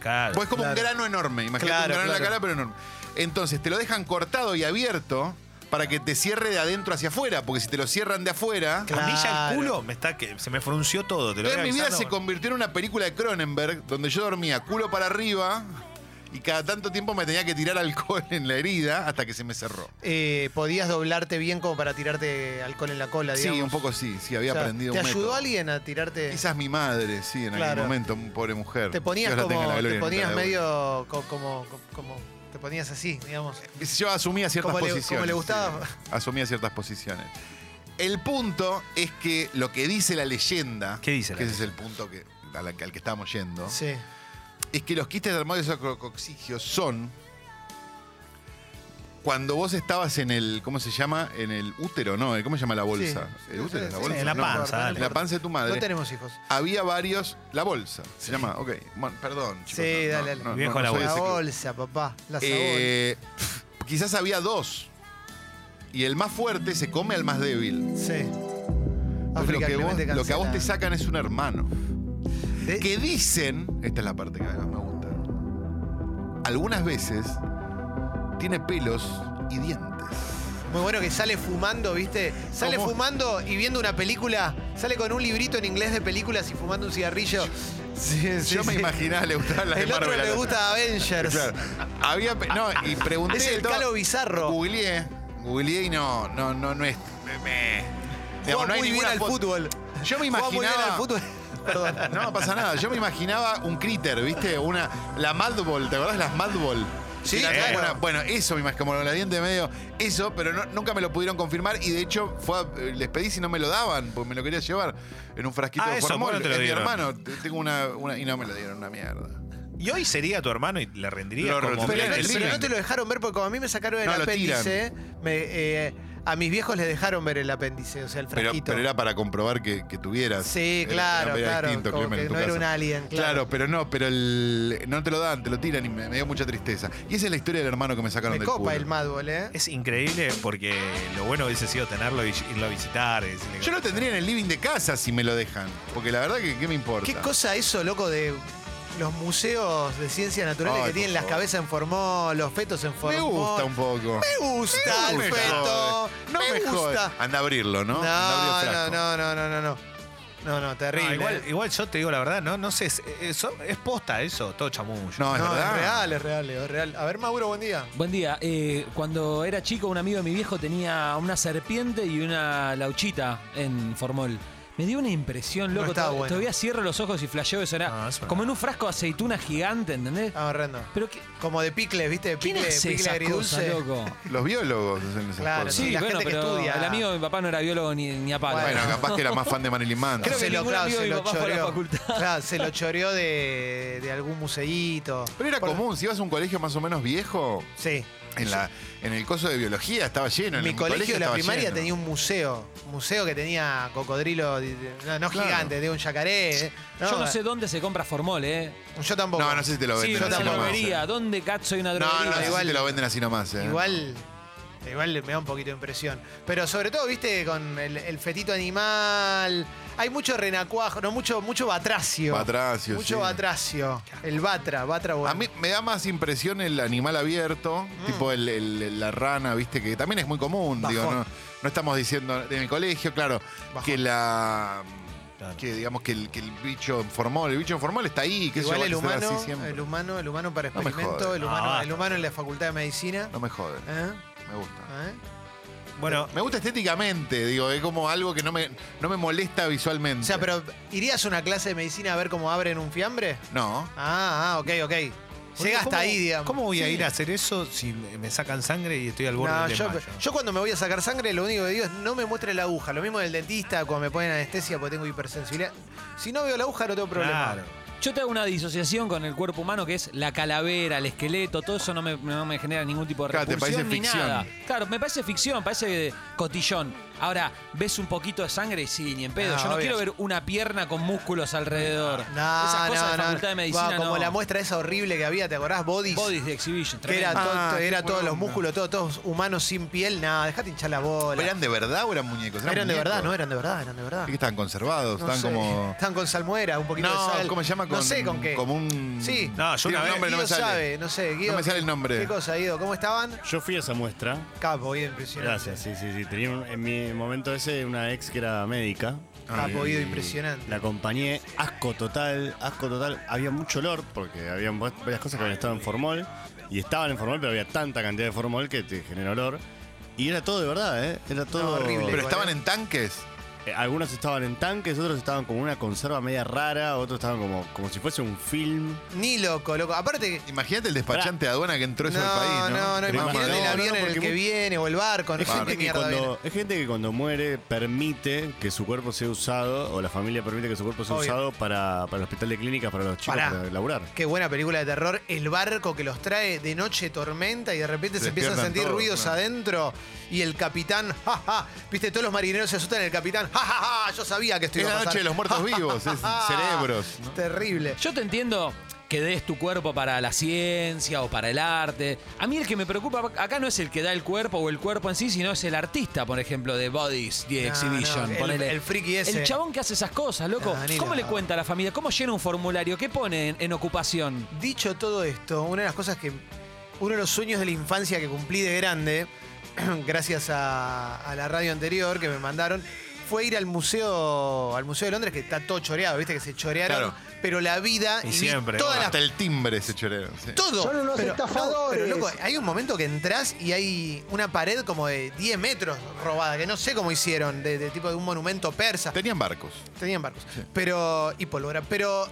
[SPEAKER 2] Claro.
[SPEAKER 3] Pues es como un
[SPEAKER 1] Claro.
[SPEAKER 3] grano enorme. Imagínate
[SPEAKER 1] Claro,
[SPEAKER 3] un grano en la
[SPEAKER 1] claro.
[SPEAKER 3] cara, pero enorme. Entonces te lo dejan cortado y abierto para que te cierre de adentro hacia afuera. Porque si te lo cierran de afuera.
[SPEAKER 1] Claro.
[SPEAKER 2] A mí ya el culo me está que se me frunció todo. Te lo voy
[SPEAKER 3] Entonces mi vida se
[SPEAKER 2] avisando.
[SPEAKER 3] convirtió en una película de Cronenberg donde yo dormía culo para arriba y cada tanto tiempo me tenía que tirar alcohol en la herida hasta que se me cerró.
[SPEAKER 1] Eh, podías doblarte bien como para tirarte alcohol en la cola, digamos.
[SPEAKER 3] Sí, un poco sí, sí, había
[SPEAKER 1] O sea,
[SPEAKER 3] aprendido
[SPEAKER 1] ¿Te
[SPEAKER 3] un
[SPEAKER 1] ayudó
[SPEAKER 3] método.
[SPEAKER 1] alguien a tirarte?
[SPEAKER 3] Quizás mi madre, sí, en
[SPEAKER 1] Claro.
[SPEAKER 3] algún momento, un pobre mujer.
[SPEAKER 1] Te ponías
[SPEAKER 3] Dios la tenga en la
[SPEAKER 1] como. Te
[SPEAKER 3] gloria,
[SPEAKER 1] ponías
[SPEAKER 3] nunca la devuelva.
[SPEAKER 1] medio co- como, co- como. Te ponías así, digamos.
[SPEAKER 3] Yo asumía ciertas
[SPEAKER 1] Como le-
[SPEAKER 3] posiciones.
[SPEAKER 1] como le gustaba.
[SPEAKER 3] sí. asumía ciertas posiciones. El punto es que lo que dice la leyenda,
[SPEAKER 2] ¿Qué dice la
[SPEAKER 3] que ese es el punto que, a la- al que estamos yendo,
[SPEAKER 1] Sí.
[SPEAKER 3] es que los quistes dermoides acrococcigios son cuando vos estabas en el, ¿cómo se llama? En el útero, ¿no? ¿Cómo se llama la bolsa?
[SPEAKER 1] Sí.
[SPEAKER 3] El útero, es la
[SPEAKER 1] Sí,
[SPEAKER 3] bolsa.
[SPEAKER 2] en la
[SPEAKER 3] ¿no?
[SPEAKER 2] panza,
[SPEAKER 1] importa, no
[SPEAKER 2] dale.
[SPEAKER 3] En la
[SPEAKER 1] importa.
[SPEAKER 3] panza de tu madre.
[SPEAKER 1] No tenemos hijos.
[SPEAKER 3] Había varios. La bolsa, se llama. Ok. Bueno, perdón, chicos.
[SPEAKER 1] Sí,
[SPEAKER 3] no, no,
[SPEAKER 1] dale, dale.
[SPEAKER 3] no,
[SPEAKER 2] Viejo
[SPEAKER 3] no, no
[SPEAKER 2] la
[SPEAKER 3] soy de
[SPEAKER 1] La
[SPEAKER 3] ese club.
[SPEAKER 1] bolsa, papá. La
[SPEAKER 3] Eh, quizás había dos. Y el más fuerte se come al más débil.
[SPEAKER 1] sabor. Sí.
[SPEAKER 3] Entonces, lo,
[SPEAKER 1] África
[SPEAKER 3] que vos-
[SPEAKER 1] Clemente
[SPEAKER 3] lo que a vos te
[SPEAKER 1] Cancela.
[SPEAKER 3] sacan es un hermano.
[SPEAKER 1] De-
[SPEAKER 3] Que dicen, esta es la parte que más me gusta, algunas veces tiene pelos y dientes.
[SPEAKER 1] Muy bueno que sale fumando, ¿viste? Sale
[SPEAKER 3] ¿Cómo?
[SPEAKER 1] fumando y viendo una película. Sale con un librito en inglés de películas y fumando un cigarrillo. Sí, sí,
[SPEAKER 3] Yo me
[SPEAKER 1] sí.
[SPEAKER 3] imaginaba le gustaban las de
[SPEAKER 1] El otro
[SPEAKER 3] Marvel.
[SPEAKER 1] le
[SPEAKER 3] Claro.
[SPEAKER 1] gusta Avengers.
[SPEAKER 3] Claro. Había, pe- no, y pregunté
[SPEAKER 1] Es el
[SPEAKER 3] todo.
[SPEAKER 1] calo bizarro.
[SPEAKER 3] Googleé, googleé y no, no, no, no es. me- me-
[SPEAKER 1] Juega
[SPEAKER 3] digamos, no hay
[SPEAKER 1] muy bien
[SPEAKER 3] ninguna
[SPEAKER 1] al
[SPEAKER 3] foto.
[SPEAKER 1] fútbol.
[SPEAKER 3] Yo me
[SPEAKER 1] Juega muy bien
[SPEAKER 3] imaginaba-
[SPEAKER 1] al fútbol. Perdón.
[SPEAKER 3] No pasa nada, yo me imaginaba un critter, ¿viste? Una, la Madball, ¿te acordás las Madball?
[SPEAKER 1] Sí,
[SPEAKER 3] Que eran
[SPEAKER 1] claro.
[SPEAKER 3] como una- bueno, eso me imagino, como los dientes medio, eso, pero no- nunca me lo pudieron confirmar y de hecho fue a- eh, les pedí si no me lo daban, porque me lo quería llevar en un frasquito
[SPEAKER 2] Ah,
[SPEAKER 3] de
[SPEAKER 2] eso,
[SPEAKER 3] formol.
[SPEAKER 2] bueno, te lo
[SPEAKER 3] Es mi
[SPEAKER 2] dieron.
[SPEAKER 3] hermano, te- tengo una, una- y no me lo dieron, una mierda.
[SPEAKER 2] Y hoy sería tu hermano y le rendiría
[SPEAKER 3] Lo
[SPEAKER 2] como
[SPEAKER 3] rendiría.
[SPEAKER 1] Pero,
[SPEAKER 2] hombre.
[SPEAKER 1] no,
[SPEAKER 3] el
[SPEAKER 1] pero
[SPEAKER 3] living.
[SPEAKER 1] no te lo dejaron ver porque como a mí me sacaron el
[SPEAKER 3] No, lo
[SPEAKER 1] apéndice, me, eh, a mis viejos les dejaron ver el apéndice, o sea, el
[SPEAKER 3] Pero,
[SPEAKER 1] frasquito.
[SPEAKER 3] pero era para comprobar que, que tuvieras.
[SPEAKER 1] Sí,
[SPEAKER 3] Era-
[SPEAKER 1] claro,
[SPEAKER 3] era
[SPEAKER 1] claro.
[SPEAKER 3] distinto,
[SPEAKER 1] como
[SPEAKER 3] Clemen,
[SPEAKER 1] que
[SPEAKER 3] en tu
[SPEAKER 1] no era
[SPEAKER 3] casa.
[SPEAKER 1] un alien,
[SPEAKER 3] Claro.
[SPEAKER 1] claro.
[SPEAKER 3] pero no, pero el, no te lo dan, te lo tiran y me, me dio mucha tristeza. Y esa es la historia del hermano que me sacaron
[SPEAKER 1] me
[SPEAKER 3] del
[SPEAKER 1] copa
[SPEAKER 3] culo.
[SPEAKER 1] el Madball, ¿eh?
[SPEAKER 2] Es increíble porque lo bueno hubiese sido tenerlo y irlo a visitar. y decirle-
[SPEAKER 3] Yo lo tendría en el living de casa si me lo dejan. Porque la verdad que ¿qué me importa.
[SPEAKER 1] ¿Qué cosa eso, loco, de los museos de ciencias naturales
[SPEAKER 3] Ay,
[SPEAKER 1] que
[SPEAKER 3] por
[SPEAKER 1] tienen las
[SPEAKER 3] favor.
[SPEAKER 1] cabezas en formol, los fetos en
[SPEAKER 3] me
[SPEAKER 1] formol?
[SPEAKER 3] gusta un poco.
[SPEAKER 1] Me gusta
[SPEAKER 3] No
[SPEAKER 1] el
[SPEAKER 3] me
[SPEAKER 1] feto.
[SPEAKER 3] jode. No me, jode.
[SPEAKER 1] gusta.
[SPEAKER 3] Anda a abrirlo, ¿no?
[SPEAKER 1] No,
[SPEAKER 3] Anda a abrir el
[SPEAKER 1] no,
[SPEAKER 3] frasco. Ah,
[SPEAKER 1] no, no, no, no, no. No, no, terrible.
[SPEAKER 2] No, igual,
[SPEAKER 1] ¿eh?
[SPEAKER 2] igual yo te digo la verdad, no, no sé, es, es- es posta eso, todo chamullo.
[SPEAKER 3] No, es
[SPEAKER 1] No,
[SPEAKER 3] verdad.
[SPEAKER 1] es real, es real, es real. A ver, Mauro, buen día.
[SPEAKER 8] Buen día. Eh, cuando era chico, un amigo de mi viejo tenía una serpiente y una lauchita en Formol. Me dio una impresión,
[SPEAKER 1] No
[SPEAKER 8] loco.
[SPEAKER 1] está
[SPEAKER 8] to-
[SPEAKER 1] bueno.
[SPEAKER 8] Todavía cierro los ojos y flasheo eso. Era
[SPEAKER 2] No, eso no.
[SPEAKER 8] como en un frasco de aceituna gigante, ¿entendés?
[SPEAKER 1] Ah, horrendo.
[SPEAKER 8] Pero que,
[SPEAKER 1] Como de picle, ¿viste? De
[SPEAKER 8] ¿quién
[SPEAKER 1] picle,
[SPEAKER 8] hace
[SPEAKER 1] picle
[SPEAKER 8] esas
[SPEAKER 1] agridulce.
[SPEAKER 8] cosas, loco?
[SPEAKER 3] Los biólogos hacen esas
[SPEAKER 1] Claro,
[SPEAKER 3] cosas.
[SPEAKER 1] sí. la gente que estudia.
[SPEAKER 8] El amigo de mi papá no era biólogo ni, ni a palo.
[SPEAKER 3] Bueno, capaz que era más fan de Marilyn Manson.
[SPEAKER 8] Creo que
[SPEAKER 1] se lo,
[SPEAKER 8] ningún
[SPEAKER 1] claro,
[SPEAKER 8] amigo
[SPEAKER 1] se
[SPEAKER 8] de mi
[SPEAKER 1] lo
[SPEAKER 8] papá fue a la
[SPEAKER 1] choreó.
[SPEAKER 8] facultad.
[SPEAKER 1] Claro, se lo choreó de, de algún museíto.
[SPEAKER 3] Pero era
[SPEAKER 1] Por-
[SPEAKER 3] común, si ibas a un colegio más o menos viejo,
[SPEAKER 1] Sí.
[SPEAKER 3] en, la, en el coso de biología estaba lleno. en
[SPEAKER 1] mi
[SPEAKER 3] el
[SPEAKER 1] colegio de la
[SPEAKER 3] estaba
[SPEAKER 1] primaria
[SPEAKER 3] lleno.
[SPEAKER 1] tenía un museo. Museo que tenía cocodrilo, di- di- no, no
[SPEAKER 3] Claro.
[SPEAKER 1] gigante, de un yacaré. eh.
[SPEAKER 8] Yo no sé dónde se compra Formol, ¿eh?
[SPEAKER 1] Yo tampoco.
[SPEAKER 3] No, no sé si te lo
[SPEAKER 8] Sí,
[SPEAKER 3] venden
[SPEAKER 8] una
[SPEAKER 3] así nomás. eh.
[SPEAKER 8] droguería. ¿Dónde cazzo hay una droguería?
[SPEAKER 3] No, no, sé
[SPEAKER 1] Igual-
[SPEAKER 3] si te lo venden así nomás. eh.
[SPEAKER 1] Igual, igual me da un poquito de impresión. Pero sobre todo, viste, con el, el fetito animal. Hay mucho renacuajo, no, mucho, mucho batracio.
[SPEAKER 3] Batracio,
[SPEAKER 1] Mucho
[SPEAKER 3] sí.
[SPEAKER 1] batracio. El batra, batra bueno.
[SPEAKER 3] A mí me da más impresión el animal abierto, tipo el- el- el- la rana, viste, que también es muy común.
[SPEAKER 1] Mm. Bajón.
[SPEAKER 3] Digo, no, no estamos diciendo en el colegio, claro,
[SPEAKER 1] Bajón.
[SPEAKER 3] que la.
[SPEAKER 2] Claro.
[SPEAKER 3] Que digamos que el, que el bicho en formol, el bicho en formol está ahí, que
[SPEAKER 1] Igual el
[SPEAKER 3] eso va a ser
[SPEAKER 1] humano,
[SPEAKER 3] así siempre.
[SPEAKER 1] el humano, el humano para
[SPEAKER 3] No me
[SPEAKER 1] experimento,
[SPEAKER 3] jode.
[SPEAKER 1] el,
[SPEAKER 2] No,
[SPEAKER 1] humano,
[SPEAKER 2] basta.
[SPEAKER 1] el humano en la facultad de medicina.
[SPEAKER 3] No me jode,
[SPEAKER 1] ¿Eh?
[SPEAKER 3] me gusta.
[SPEAKER 1] ¿Eh?
[SPEAKER 2] Bueno,
[SPEAKER 3] Me gusta estéticamente, digo, es como algo que no me, no me molesta visualmente.
[SPEAKER 1] O sea, pero ¿irías a una clase de medicina a ver cómo abren un fiambre?
[SPEAKER 3] No.
[SPEAKER 1] Ah, ah, ok, ok. Llega hasta
[SPEAKER 2] ¿cómo-
[SPEAKER 1] ahí, digamos.
[SPEAKER 2] ¿Cómo voy a
[SPEAKER 1] Sí.
[SPEAKER 2] ir a hacer eso si me me sacan sangre y estoy al borde
[SPEAKER 1] No,
[SPEAKER 2] del
[SPEAKER 1] yo,
[SPEAKER 2] desmayo?
[SPEAKER 1] yo cuando me voy a sacar sangre, lo único que digo es no me muestre la aguja. Lo mismo del dentista, cuando me ponen anestesia porque tengo hipersensibilidad. Si no veo la aguja, no tengo problema.
[SPEAKER 2] Claro.
[SPEAKER 8] Yo tengo una disociación con el cuerpo humano que es la calavera, el esqueleto, todo eso no me, no me genera ningún tipo de
[SPEAKER 3] Claro, te
[SPEAKER 8] repulsión
[SPEAKER 3] parece
[SPEAKER 8] ni
[SPEAKER 3] ficción.
[SPEAKER 8] nada. Claro, me parece ficción, parece cotillón. Ahora, ves un poquito de sangre y sí, ni en
[SPEAKER 1] No,
[SPEAKER 8] pedo. Yo no
[SPEAKER 1] obvio.
[SPEAKER 8] quiero ver una pierna con músculos alrededor.
[SPEAKER 1] No,
[SPEAKER 8] Esas cosas
[SPEAKER 1] no,
[SPEAKER 8] de
[SPEAKER 1] no.
[SPEAKER 8] facultad de medicina
[SPEAKER 1] Guau, como
[SPEAKER 8] no.
[SPEAKER 1] la muestra esa horrible que había, ¿te acordás? Bodies.
[SPEAKER 8] Bodies de exhibition.
[SPEAKER 1] Que era,
[SPEAKER 8] tremendo.
[SPEAKER 1] todo-
[SPEAKER 3] Ah,
[SPEAKER 1] era
[SPEAKER 3] qué
[SPEAKER 1] todos los
[SPEAKER 3] poronga.
[SPEAKER 1] músculos, todo- todos humanos sin piel. No, dejate hinchar la bola.
[SPEAKER 3] ¿Eran de verdad o eran muñecos?
[SPEAKER 1] Eran de
[SPEAKER 3] muñecos.
[SPEAKER 1] verdad, no eran de verdad, eran de verdad.
[SPEAKER 3] Es que están conservados,
[SPEAKER 1] No
[SPEAKER 3] están
[SPEAKER 1] sé.
[SPEAKER 3] como.
[SPEAKER 1] Están con salmuera, un poquito
[SPEAKER 3] No,
[SPEAKER 1] de sal.
[SPEAKER 3] ¿cómo se llama?
[SPEAKER 1] no
[SPEAKER 3] Con-
[SPEAKER 1] sé con qué.
[SPEAKER 3] Como un.
[SPEAKER 1] Sí.
[SPEAKER 2] No, yo
[SPEAKER 3] Tiene
[SPEAKER 2] una
[SPEAKER 3] un
[SPEAKER 2] vez-
[SPEAKER 3] nombre, no me
[SPEAKER 1] Guido
[SPEAKER 3] sale.
[SPEAKER 1] sabe, no sé, Guido.
[SPEAKER 3] me sale el nombre.
[SPEAKER 1] ¿Qué cosa, Guido? ¿Cómo estaban?
[SPEAKER 7] Yo fui a esa muestra.
[SPEAKER 1] Capo, Guido, impresionante.
[SPEAKER 7] Gracias, sí, sí, sí. Tenía un- en mi momento ese una ex que era médica.
[SPEAKER 1] Ah,
[SPEAKER 7] Y
[SPEAKER 1] podido, impresionante.
[SPEAKER 7] La acompañé, asco total, asco total. Había mucho olor, porque había varias cosas que habían estado en formol. Y estaban en formol, pero había tanta cantidad de formol que te genera olor. Y era todo de verdad, ¿eh? Era todo...
[SPEAKER 1] No, horrible.
[SPEAKER 3] Pero estaban
[SPEAKER 1] ¿eh?
[SPEAKER 3] en tanques.
[SPEAKER 7] Eh, Algunos estaban en tanques, otros estaban como una conserva media rara, otros estaban como, como si fuese un film.
[SPEAKER 1] Ni loco, loco. Aparte.
[SPEAKER 3] Imagínate el despachante de aduana que entró eso al país, ¿no?
[SPEAKER 1] no, no,
[SPEAKER 3] Qué
[SPEAKER 7] Pero
[SPEAKER 1] imagínate
[SPEAKER 3] mamador.
[SPEAKER 1] el
[SPEAKER 7] no,
[SPEAKER 1] avión
[SPEAKER 7] no,
[SPEAKER 1] en el
[SPEAKER 7] porque
[SPEAKER 1] que
[SPEAKER 7] mu-
[SPEAKER 1] viene o el barco, no
[SPEAKER 7] Es
[SPEAKER 1] sé
[SPEAKER 7] gente,
[SPEAKER 1] qué
[SPEAKER 7] que
[SPEAKER 1] mierda viene.
[SPEAKER 7] cuando, es gente que cuando muere permite que su cuerpo sea usado, o la familia permite que su cuerpo sea
[SPEAKER 1] Obvio.
[SPEAKER 7] usado para, para el hospital de clínicas, para los chicos,
[SPEAKER 1] Pará.
[SPEAKER 7] para laburar.
[SPEAKER 1] Qué buena película de terror, el barco que los trae de noche tormenta y de repente se empiezan a
[SPEAKER 3] Despiertan
[SPEAKER 1] sentir
[SPEAKER 3] todos,
[SPEAKER 1] ruidos
[SPEAKER 3] claro.
[SPEAKER 1] adentro y el capitán, jaja, viste, todos los marineros se asustan, el capitán, jajaja, yo sabía que esto
[SPEAKER 3] Es
[SPEAKER 1] iba a
[SPEAKER 3] la
[SPEAKER 1] pasar.
[SPEAKER 3] noche de los muertos vivos, es cerebros. ¿no?
[SPEAKER 1] Es terrible.
[SPEAKER 8] Yo te entiendo que des tu cuerpo para la ciencia o para el arte. A mí el que me preocupa acá no es el que da el cuerpo o el cuerpo en sí, sino es el artista, por ejemplo, de Bodies, The
[SPEAKER 1] No,
[SPEAKER 8] Exhibition.
[SPEAKER 1] no, el-
[SPEAKER 8] ponele.
[SPEAKER 1] el friki ese.
[SPEAKER 8] El chabón que hace esas cosas, loco.
[SPEAKER 1] No, ni
[SPEAKER 8] ¿Cómo
[SPEAKER 1] lo-
[SPEAKER 8] le cuenta a la familia? ¿Cómo llena un formulario? ¿Qué pone en, en ocupación?
[SPEAKER 1] Dicho todo esto, una de las cosas que. Uno de los sueños de la infancia que cumplí de grande, gracias a, a la radio anterior que me mandaron, fue ir al museo, al Museo de Londres, que está todo choreado, viste que se chorearon,
[SPEAKER 3] Claro.
[SPEAKER 1] pero la vida
[SPEAKER 2] Y
[SPEAKER 1] vi
[SPEAKER 2] siempre,
[SPEAKER 1] todas las
[SPEAKER 3] Hasta el timbre ese chorero. sí.
[SPEAKER 1] todo.
[SPEAKER 10] Son unos
[SPEAKER 1] pero,
[SPEAKER 10] estafadores.
[SPEAKER 1] no, pero loco, hay un momento que entras y hay una pared como de 10 metros robada, que no sé cómo hicieron, de, de tipo de un monumento persa.
[SPEAKER 3] Tenían barcos.
[SPEAKER 1] Tenían barcos. Pero. y pólvora. Pero.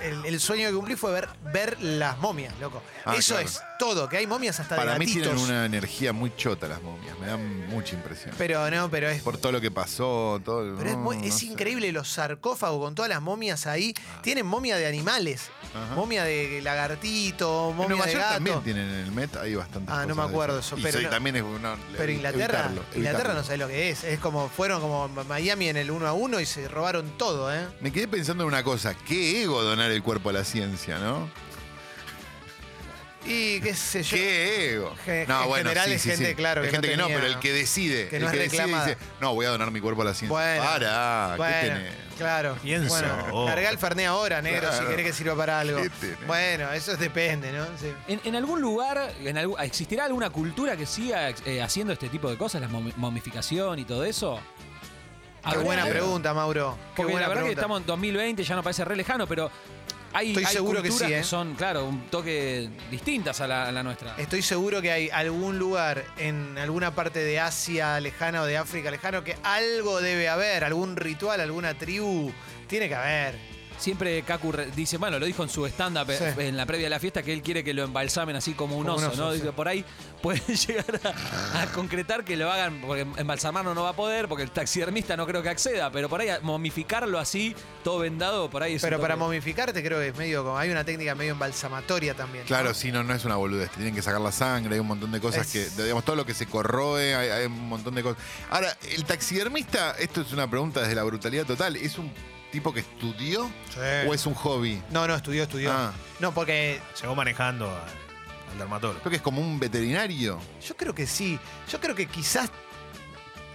[SPEAKER 1] El, el sueño que cumplí fue ver, ver las momias, loco.
[SPEAKER 3] Ah,
[SPEAKER 1] Eso
[SPEAKER 3] claro.
[SPEAKER 1] es todo, que hay momias hasta
[SPEAKER 3] Para
[SPEAKER 1] de
[SPEAKER 3] mí tienen
[SPEAKER 1] gatitos.
[SPEAKER 3] una energía muy chota las momias. Me dan mucha impresión.
[SPEAKER 1] Pero no, pero es.
[SPEAKER 3] Por todo lo que pasó, todo. el-
[SPEAKER 1] Pero es, muy-
[SPEAKER 3] no,
[SPEAKER 1] es
[SPEAKER 3] no sé. Ah.
[SPEAKER 1] increíble los sarcófagos con todas las momias ahí. Tienen momia de animales,
[SPEAKER 3] Ajá.
[SPEAKER 1] momia de lagartito,
[SPEAKER 3] En
[SPEAKER 1] momia
[SPEAKER 3] Nueva
[SPEAKER 1] de
[SPEAKER 3] York
[SPEAKER 1] gato.
[SPEAKER 3] también tienen en el Met, hay bastantes
[SPEAKER 1] Ah, no
[SPEAKER 3] cosas
[SPEAKER 1] me
[SPEAKER 3] de
[SPEAKER 1] acuerdo eso,
[SPEAKER 3] Y
[SPEAKER 1] pero
[SPEAKER 3] sí,
[SPEAKER 1] no-
[SPEAKER 3] también es no,
[SPEAKER 1] Pero
[SPEAKER 3] evi-
[SPEAKER 1] Inglaterra,
[SPEAKER 3] evitarlo,
[SPEAKER 1] Inglaterra
[SPEAKER 3] evitarlo.
[SPEAKER 1] no sabe lo que es. Es como fueron como Miami en el 1 a 1 y se robaron todo, ¿eh?
[SPEAKER 3] Me quedé pensando en una cosa, qué ego donar el cuerpo a la ciencia, ¿no?
[SPEAKER 1] Y qué sé yo.
[SPEAKER 3] Qué ego.
[SPEAKER 1] Ge- en general es gente, claro,
[SPEAKER 3] Hay
[SPEAKER 1] que no
[SPEAKER 3] gente que
[SPEAKER 1] tenía-
[SPEAKER 3] no, pero el que decide,
[SPEAKER 1] que
[SPEAKER 3] el
[SPEAKER 1] no es
[SPEAKER 3] que decide
[SPEAKER 1] reclamada.
[SPEAKER 3] dice, no, voy a donar mi cuerpo a la ciencia.
[SPEAKER 1] Bueno.
[SPEAKER 3] Para, ¿qué
[SPEAKER 1] Bueno,
[SPEAKER 3] tenés?
[SPEAKER 1] claro.
[SPEAKER 2] Piensa
[SPEAKER 1] Bueno,
[SPEAKER 2] vos.
[SPEAKER 1] cargá el Ferné ahora, negro, si
[SPEAKER 3] Claro.
[SPEAKER 1] querés que sirva para algo.
[SPEAKER 3] ¿Qué tenés?
[SPEAKER 1] Bueno, eso depende, ¿no? Sí.
[SPEAKER 8] ¿En, en algún lugar en algu- existirá alguna cultura que siga eh, haciendo este tipo de cosas, la momi- momificación y todo eso?
[SPEAKER 1] Qué
[SPEAKER 8] Habrá-
[SPEAKER 1] buena pregunta, Mauro. Qué
[SPEAKER 8] Porque
[SPEAKER 1] buena
[SPEAKER 8] la verdad
[SPEAKER 1] pregunta.
[SPEAKER 8] que estamos en 2020, ya no parece re lejano, pero hay,
[SPEAKER 1] Estoy
[SPEAKER 8] hay
[SPEAKER 1] seguro que
[SPEAKER 8] culturas
[SPEAKER 1] sí, ¿eh?
[SPEAKER 8] son, claro, un toque distintas a la, a la nuestra.
[SPEAKER 1] Estoy seguro que hay algún lugar en alguna parte de Asia lejana o de África lejano que algo debe haber, algún ritual, alguna tribu. Tiene que haber.
[SPEAKER 8] Siempre Kaku re- dice, bueno, lo dijo en su stand-up eh,
[SPEAKER 1] Sí.
[SPEAKER 8] en la previa de la fiesta, que él quiere que lo embalsamen así como un
[SPEAKER 1] Como un
[SPEAKER 8] oso,
[SPEAKER 1] oso,
[SPEAKER 8] ¿no?
[SPEAKER 1] sí.
[SPEAKER 8] Dice, por ahí pueden llegar a, a concretar que lo hagan, porque embalsamarlo no va a poder, porque el taxidermista no creo que acceda, pero por ahí a- momificarlo así, todo vendado, por ahí es un
[SPEAKER 1] Pero para
[SPEAKER 8] toque.
[SPEAKER 1] momificarte creo que es medio como. Hay una técnica medio embalsamatoria también. ¿no?
[SPEAKER 3] Claro, sí, no, no es una boludez. te Tienen que sacar la sangre, hay un montón de cosas
[SPEAKER 1] Es-
[SPEAKER 3] que, digamos, todo lo que se corroe, hay, hay un montón de cosas. Ahora, el taxidermista, esto es una pregunta desde la brutalidad total, ¿es un tipo que estudió
[SPEAKER 1] Sí.
[SPEAKER 3] o es un hobby?
[SPEAKER 1] No, no, estudió, estudió.
[SPEAKER 3] Ah.
[SPEAKER 1] No, porque
[SPEAKER 2] Llegó manejando al, al dermatólogo.
[SPEAKER 3] Creo que es como un veterinario.
[SPEAKER 1] yo creo que sí. Yo creo que quizás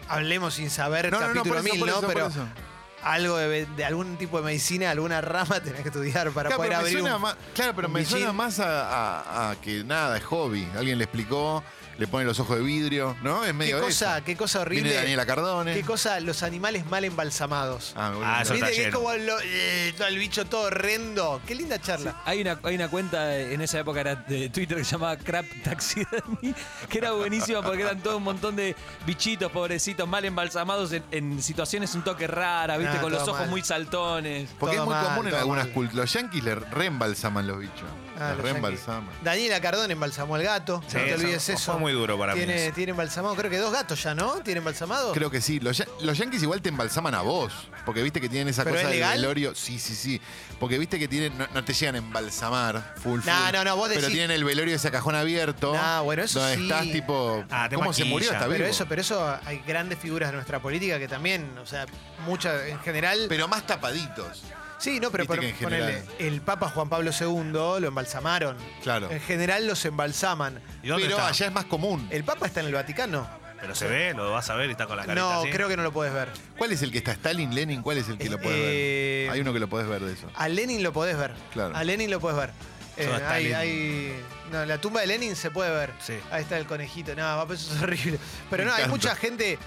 [SPEAKER 1] hablemos sin saber
[SPEAKER 3] No, no, no, por
[SPEAKER 1] capítulo
[SPEAKER 3] eso,
[SPEAKER 1] 1000,
[SPEAKER 3] por
[SPEAKER 1] ¿no?
[SPEAKER 3] eso, por
[SPEAKER 1] Pero
[SPEAKER 3] eso.
[SPEAKER 1] algo de, de algún tipo de medicina, alguna rama tenés que estudiar para
[SPEAKER 3] Claro,
[SPEAKER 1] poder
[SPEAKER 3] pero me
[SPEAKER 1] abrir
[SPEAKER 3] suena
[SPEAKER 1] un...
[SPEAKER 3] más- claro, pero
[SPEAKER 1] un
[SPEAKER 3] me
[SPEAKER 1] bichín.
[SPEAKER 3] suena más a, a- a que nada, es hobby. Alguien le explicó, le pone los ojos de vidrio, ¿no? Es
[SPEAKER 1] ¿Qué
[SPEAKER 3] medio
[SPEAKER 1] cosa,
[SPEAKER 3] eso.
[SPEAKER 1] qué cosa horrible.
[SPEAKER 3] Viene Daniela Cardone.
[SPEAKER 1] Qué cosa, los animales mal embalsamados.
[SPEAKER 3] Ah, me vuelvo
[SPEAKER 2] Ah,
[SPEAKER 3] loco.
[SPEAKER 2] eso
[SPEAKER 1] Viste
[SPEAKER 2] está
[SPEAKER 1] que es
[SPEAKER 2] lleno.
[SPEAKER 1] como lo- eh, todo el bicho todo horrendo. Qué linda charla.
[SPEAKER 8] Hay una, hay una cuenta en esa época era de Twitter que se llamaba Crap Taxidermy, que era buenísima porque eran todo un montón de bichitos, pobrecitos, mal embalsamados en, en situaciones un toque rara, ¿viste?
[SPEAKER 1] Ah,
[SPEAKER 8] Con los
[SPEAKER 1] todo
[SPEAKER 8] ojos
[SPEAKER 1] mal.
[SPEAKER 8] muy saltones.
[SPEAKER 3] Porque es
[SPEAKER 1] Todo
[SPEAKER 3] muy
[SPEAKER 1] mal,
[SPEAKER 3] común en
[SPEAKER 1] todo
[SPEAKER 3] algunas
[SPEAKER 1] mal.
[SPEAKER 3] culturas. Los yanquis le reembalsaman los bichos.
[SPEAKER 1] Ah,
[SPEAKER 3] les
[SPEAKER 1] los yanquis.
[SPEAKER 3] reembalsaman.
[SPEAKER 1] Daniela Cardón embalsamó al gato.
[SPEAKER 2] Sí,
[SPEAKER 1] no te
[SPEAKER 2] eso-
[SPEAKER 1] olvides eso.
[SPEAKER 2] fue muy duro para mí.
[SPEAKER 1] Tiene,
[SPEAKER 2] eso.
[SPEAKER 1] tiene embalsamado, creo que dos gatos ya, ¿no? ¿Tiene embalsamado?
[SPEAKER 3] Creo que sí. Los, ya- los yankees igual te embalsaman a vos. Porque viste que tienen esa
[SPEAKER 1] ¿Pero
[SPEAKER 3] cosa
[SPEAKER 1] es
[SPEAKER 3] del
[SPEAKER 1] legal?
[SPEAKER 3] velorio. Sí, sí, sí. Porque viste que tienen. No, no te llegan a embalsamar full full.
[SPEAKER 1] No, no, no, vos
[SPEAKER 3] Pero
[SPEAKER 1] decís-
[SPEAKER 3] tienen el velorio de ese cajón abierto.
[SPEAKER 1] No, bueno, eso
[SPEAKER 3] donde
[SPEAKER 1] sí.
[SPEAKER 3] estás tipo.
[SPEAKER 2] Ah, te
[SPEAKER 3] ¿Cómo se
[SPEAKER 2] maquillan.
[SPEAKER 3] murió? Está vivo.
[SPEAKER 1] pero eso, pero eso hay grandes figuras de nuestra política que también, o sea, muchas en general.
[SPEAKER 3] Pero más tapaditos.
[SPEAKER 1] sí, no, pero
[SPEAKER 3] viste
[SPEAKER 1] por-
[SPEAKER 3] que en
[SPEAKER 1] ponele,
[SPEAKER 3] general-
[SPEAKER 1] el Papa Juan Pablo II lo embalsamaron.
[SPEAKER 3] Claro.
[SPEAKER 1] En general los embalsaman.
[SPEAKER 2] ¿Y dónde
[SPEAKER 3] pero
[SPEAKER 2] está? Eh,
[SPEAKER 3] allá es más común.
[SPEAKER 1] El Papa está en el Vaticano.
[SPEAKER 2] Pero se ve, lo vas a ver y está con la carita
[SPEAKER 1] no,
[SPEAKER 2] así.
[SPEAKER 1] creo que no lo puedes ver.
[SPEAKER 3] ¿Cuál es el que está? ¿Stalin, Lenin? ¿Cuál es el que lo puede
[SPEAKER 1] Eh,
[SPEAKER 3] ver? Hay uno que lo podés ver de eso.
[SPEAKER 1] A Lenin lo podés ver.
[SPEAKER 3] Claro.
[SPEAKER 1] A Lenin lo podés ver. Eh,
[SPEAKER 2] Yo hasta
[SPEAKER 1] hay,
[SPEAKER 2] Lenin.
[SPEAKER 1] hay- no, la tumba de Lenin se puede ver.
[SPEAKER 2] Sí.
[SPEAKER 1] Ahí está el conejito. No, papá, eso es horrible. Pero
[SPEAKER 3] Me
[SPEAKER 1] no, hay
[SPEAKER 3] encanta.
[SPEAKER 1] mucha gente.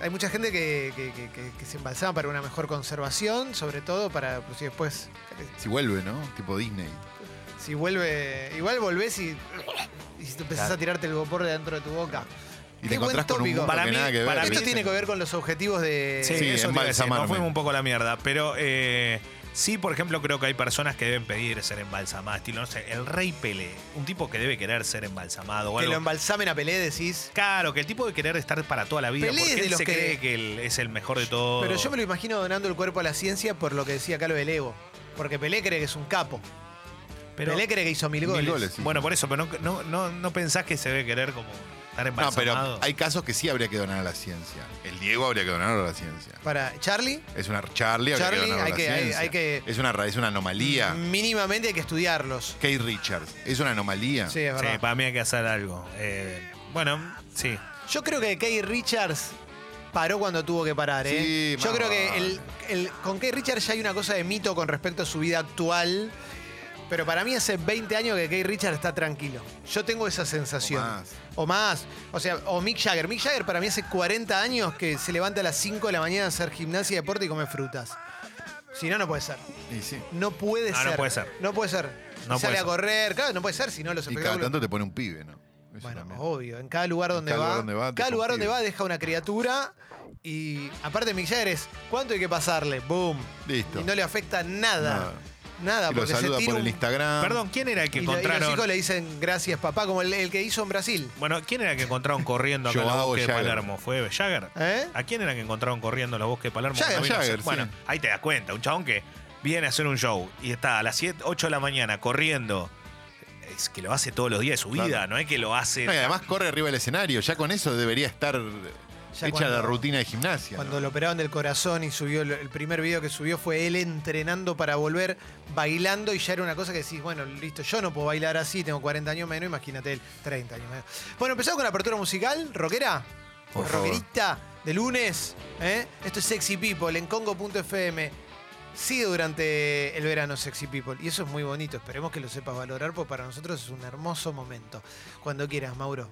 [SPEAKER 1] Hay mucha gente que, que- que- que- que se embalsama para una mejor conservación, sobre todo para pues, si después,
[SPEAKER 3] Si vuelve, ¿no? Tipo Disney.
[SPEAKER 1] si vuelve, igual volvés y, y si te empezás
[SPEAKER 2] Claro.
[SPEAKER 1] a tirarte el vapor de dentro de tu boca.
[SPEAKER 3] Y
[SPEAKER 1] Qué
[SPEAKER 3] te
[SPEAKER 1] buen
[SPEAKER 3] encontrás con un
[SPEAKER 1] tópico.
[SPEAKER 3] mundo
[SPEAKER 2] Para
[SPEAKER 3] que
[SPEAKER 2] mí-
[SPEAKER 3] nada que ver.
[SPEAKER 2] para mí
[SPEAKER 1] Esto
[SPEAKER 3] ¿viste?
[SPEAKER 1] tiene que ver con los objetivos de...
[SPEAKER 2] Sí, eso te
[SPEAKER 3] Sí,
[SPEAKER 2] iba a decir,
[SPEAKER 3] embalsamarme.
[SPEAKER 2] nos fuimos un poco a la mierda. Pero eh, sí, por ejemplo, creo que hay personas que deben pedir ser embalsamadas. Estilo, no sé, el rey Pelé. Un tipo que debe querer ser embalsamado o
[SPEAKER 1] Que
[SPEAKER 2] algo.
[SPEAKER 1] lo embalsamen a Pelé, decís.
[SPEAKER 2] Claro, que el tipo de querer estar para toda la vida.
[SPEAKER 1] Pelé es
[SPEAKER 2] porque
[SPEAKER 1] de
[SPEAKER 2] él
[SPEAKER 1] los
[SPEAKER 2] se
[SPEAKER 1] que-
[SPEAKER 2] cree que él es el mejor de todos.
[SPEAKER 1] Pero yo me lo imagino donando el cuerpo a la ciencia por lo que decía acá lo del ego. Porque Pelé cree que es un capo.
[SPEAKER 2] Pero-
[SPEAKER 1] Pelé cree que hizo mil
[SPEAKER 3] Mil
[SPEAKER 1] goles.
[SPEAKER 3] goles, sí.
[SPEAKER 2] Bueno, por eso, pero no, no, no, no pensás que se debe querer como estar
[SPEAKER 3] No,
[SPEAKER 2] embalsamado.
[SPEAKER 3] pero hay casos que sí habría que donar a la ciencia. El Diego habría que donarlo a la ciencia.
[SPEAKER 1] Para Charlie,
[SPEAKER 3] Es una Charlie, habría
[SPEAKER 1] Charlie,
[SPEAKER 3] que donarlo a
[SPEAKER 1] hay
[SPEAKER 3] la
[SPEAKER 1] que- hay-
[SPEAKER 3] ciencia.
[SPEAKER 1] hay que- Mm.
[SPEAKER 3] Es una ra- es una anomalía.
[SPEAKER 1] mínimamente hay que estudiarlos.
[SPEAKER 3] Kate Richards, es una anomalía.
[SPEAKER 1] Sí, es
[SPEAKER 2] Sí,
[SPEAKER 1] verdad.
[SPEAKER 2] para mí hay que hacer algo. Eh, bueno, sí.
[SPEAKER 1] Yo creo que Kay Richards paró cuando tuvo que parar, ¿eh?
[SPEAKER 3] Sí,
[SPEAKER 1] Yo
[SPEAKER 3] más
[SPEAKER 1] creo que
[SPEAKER 3] vale.
[SPEAKER 1] el- el- con Kay Richards ya hay una cosa de mito con respecto a su vida actual. Pero para mí hace 20 años que Kay Richards está tranquilo. Yo tengo esa sensación.
[SPEAKER 3] O más.
[SPEAKER 1] O más. O sea, o Mick Jagger. Mick Jagger para mí hace 40 años que se levanta a las 5 de la mañana a hacer gimnasia, deporte y comer frutas. Si no, no puede ser.
[SPEAKER 3] Y sí.
[SPEAKER 1] No puede
[SPEAKER 2] No,
[SPEAKER 1] ser.
[SPEAKER 2] no puede ser.
[SPEAKER 1] No puede ser. Sale
[SPEAKER 2] No puede
[SPEAKER 1] a
[SPEAKER 2] ser.
[SPEAKER 1] correr. Claro, no puede ser, si no los
[SPEAKER 3] Y cada
[SPEAKER 1] espectáculos-
[SPEAKER 3] tanto te pone un pibe, ¿no? Eso
[SPEAKER 1] bueno,
[SPEAKER 3] también.
[SPEAKER 1] obvio. En cada lugar donde
[SPEAKER 3] cada
[SPEAKER 1] va.
[SPEAKER 3] lugar donde va, te
[SPEAKER 1] cada lugar donde
[SPEAKER 3] consigue.
[SPEAKER 1] va deja una criatura. Y aparte Mick Jagger es ¿cuánto hay que pasarle? Boom.
[SPEAKER 3] Listo.
[SPEAKER 1] Y no le afecta nada.
[SPEAKER 3] Nada.
[SPEAKER 1] Nada,
[SPEAKER 3] Y lo
[SPEAKER 1] porque
[SPEAKER 3] saluda
[SPEAKER 1] se tira
[SPEAKER 3] por el
[SPEAKER 1] un-
[SPEAKER 3] Instagram.
[SPEAKER 2] Perdón, ¿quién era el que
[SPEAKER 1] Ah. y, lo- y los
[SPEAKER 2] encontraron?
[SPEAKER 1] chicos le dicen gracias papá, como el, el que hizo en Brasil.
[SPEAKER 2] Bueno, ¿quién era el que encontraron corriendo acá en los
[SPEAKER 3] Joao
[SPEAKER 2] bosques de
[SPEAKER 3] Jagger.
[SPEAKER 2] Palermo? ¿Fue Jagger?
[SPEAKER 1] ¿Eh?
[SPEAKER 2] ¿A quién era que encontraron corriendo en los bosques de Palermo?
[SPEAKER 1] Jagger,
[SPEAKER 2] Cuando vino a hacer-
[SPEAKER 3] Jagger, sí.
[SPEAKER 2] Bueno, ahí te das cuenta. Un chabón que viene a hacer un show y está a las 7, 8 de la mañana corriendo. Es que lo hace todos los días de su
[SPEAKER 3] Claro.
[SPEAKER 2] vida, no es que lo hace.
[SPEAKER 3] No, y además corre arriba del escenario. Ya con eso debería estar
[SPEAKER 1] Ya
[SPEAKER 3] hecha
[SPEAKER 1] cuando-
[SPEAKER 3] la rutina de gimnasia.
[SPEAKER 1] Cuando
[SPEAKER 3] ¿no?
[SPEAKER 1] lo operaron del corazón y subió, el- el primer video que subió fue él entrenando para volver, bailando, y ya era una cosa que decís, bueno, listo, yo no puedo bailar así, tengo 40 años menos, imagínate él, 30 años menos. Bueno, empezamos con la apertura musical, rockera,
[SPEAKER 3] Por favor.
[SPEAKER 1] rockerita, de lunes, ¿eh? Esto es Sexy People en Congo.fm. Sigue durante el verano Sexy People, y eso pues es muy bonito, esperemos que lo sepas valorar, porque para nosotros es un hermoso momento. Cuando quieras, Mauro.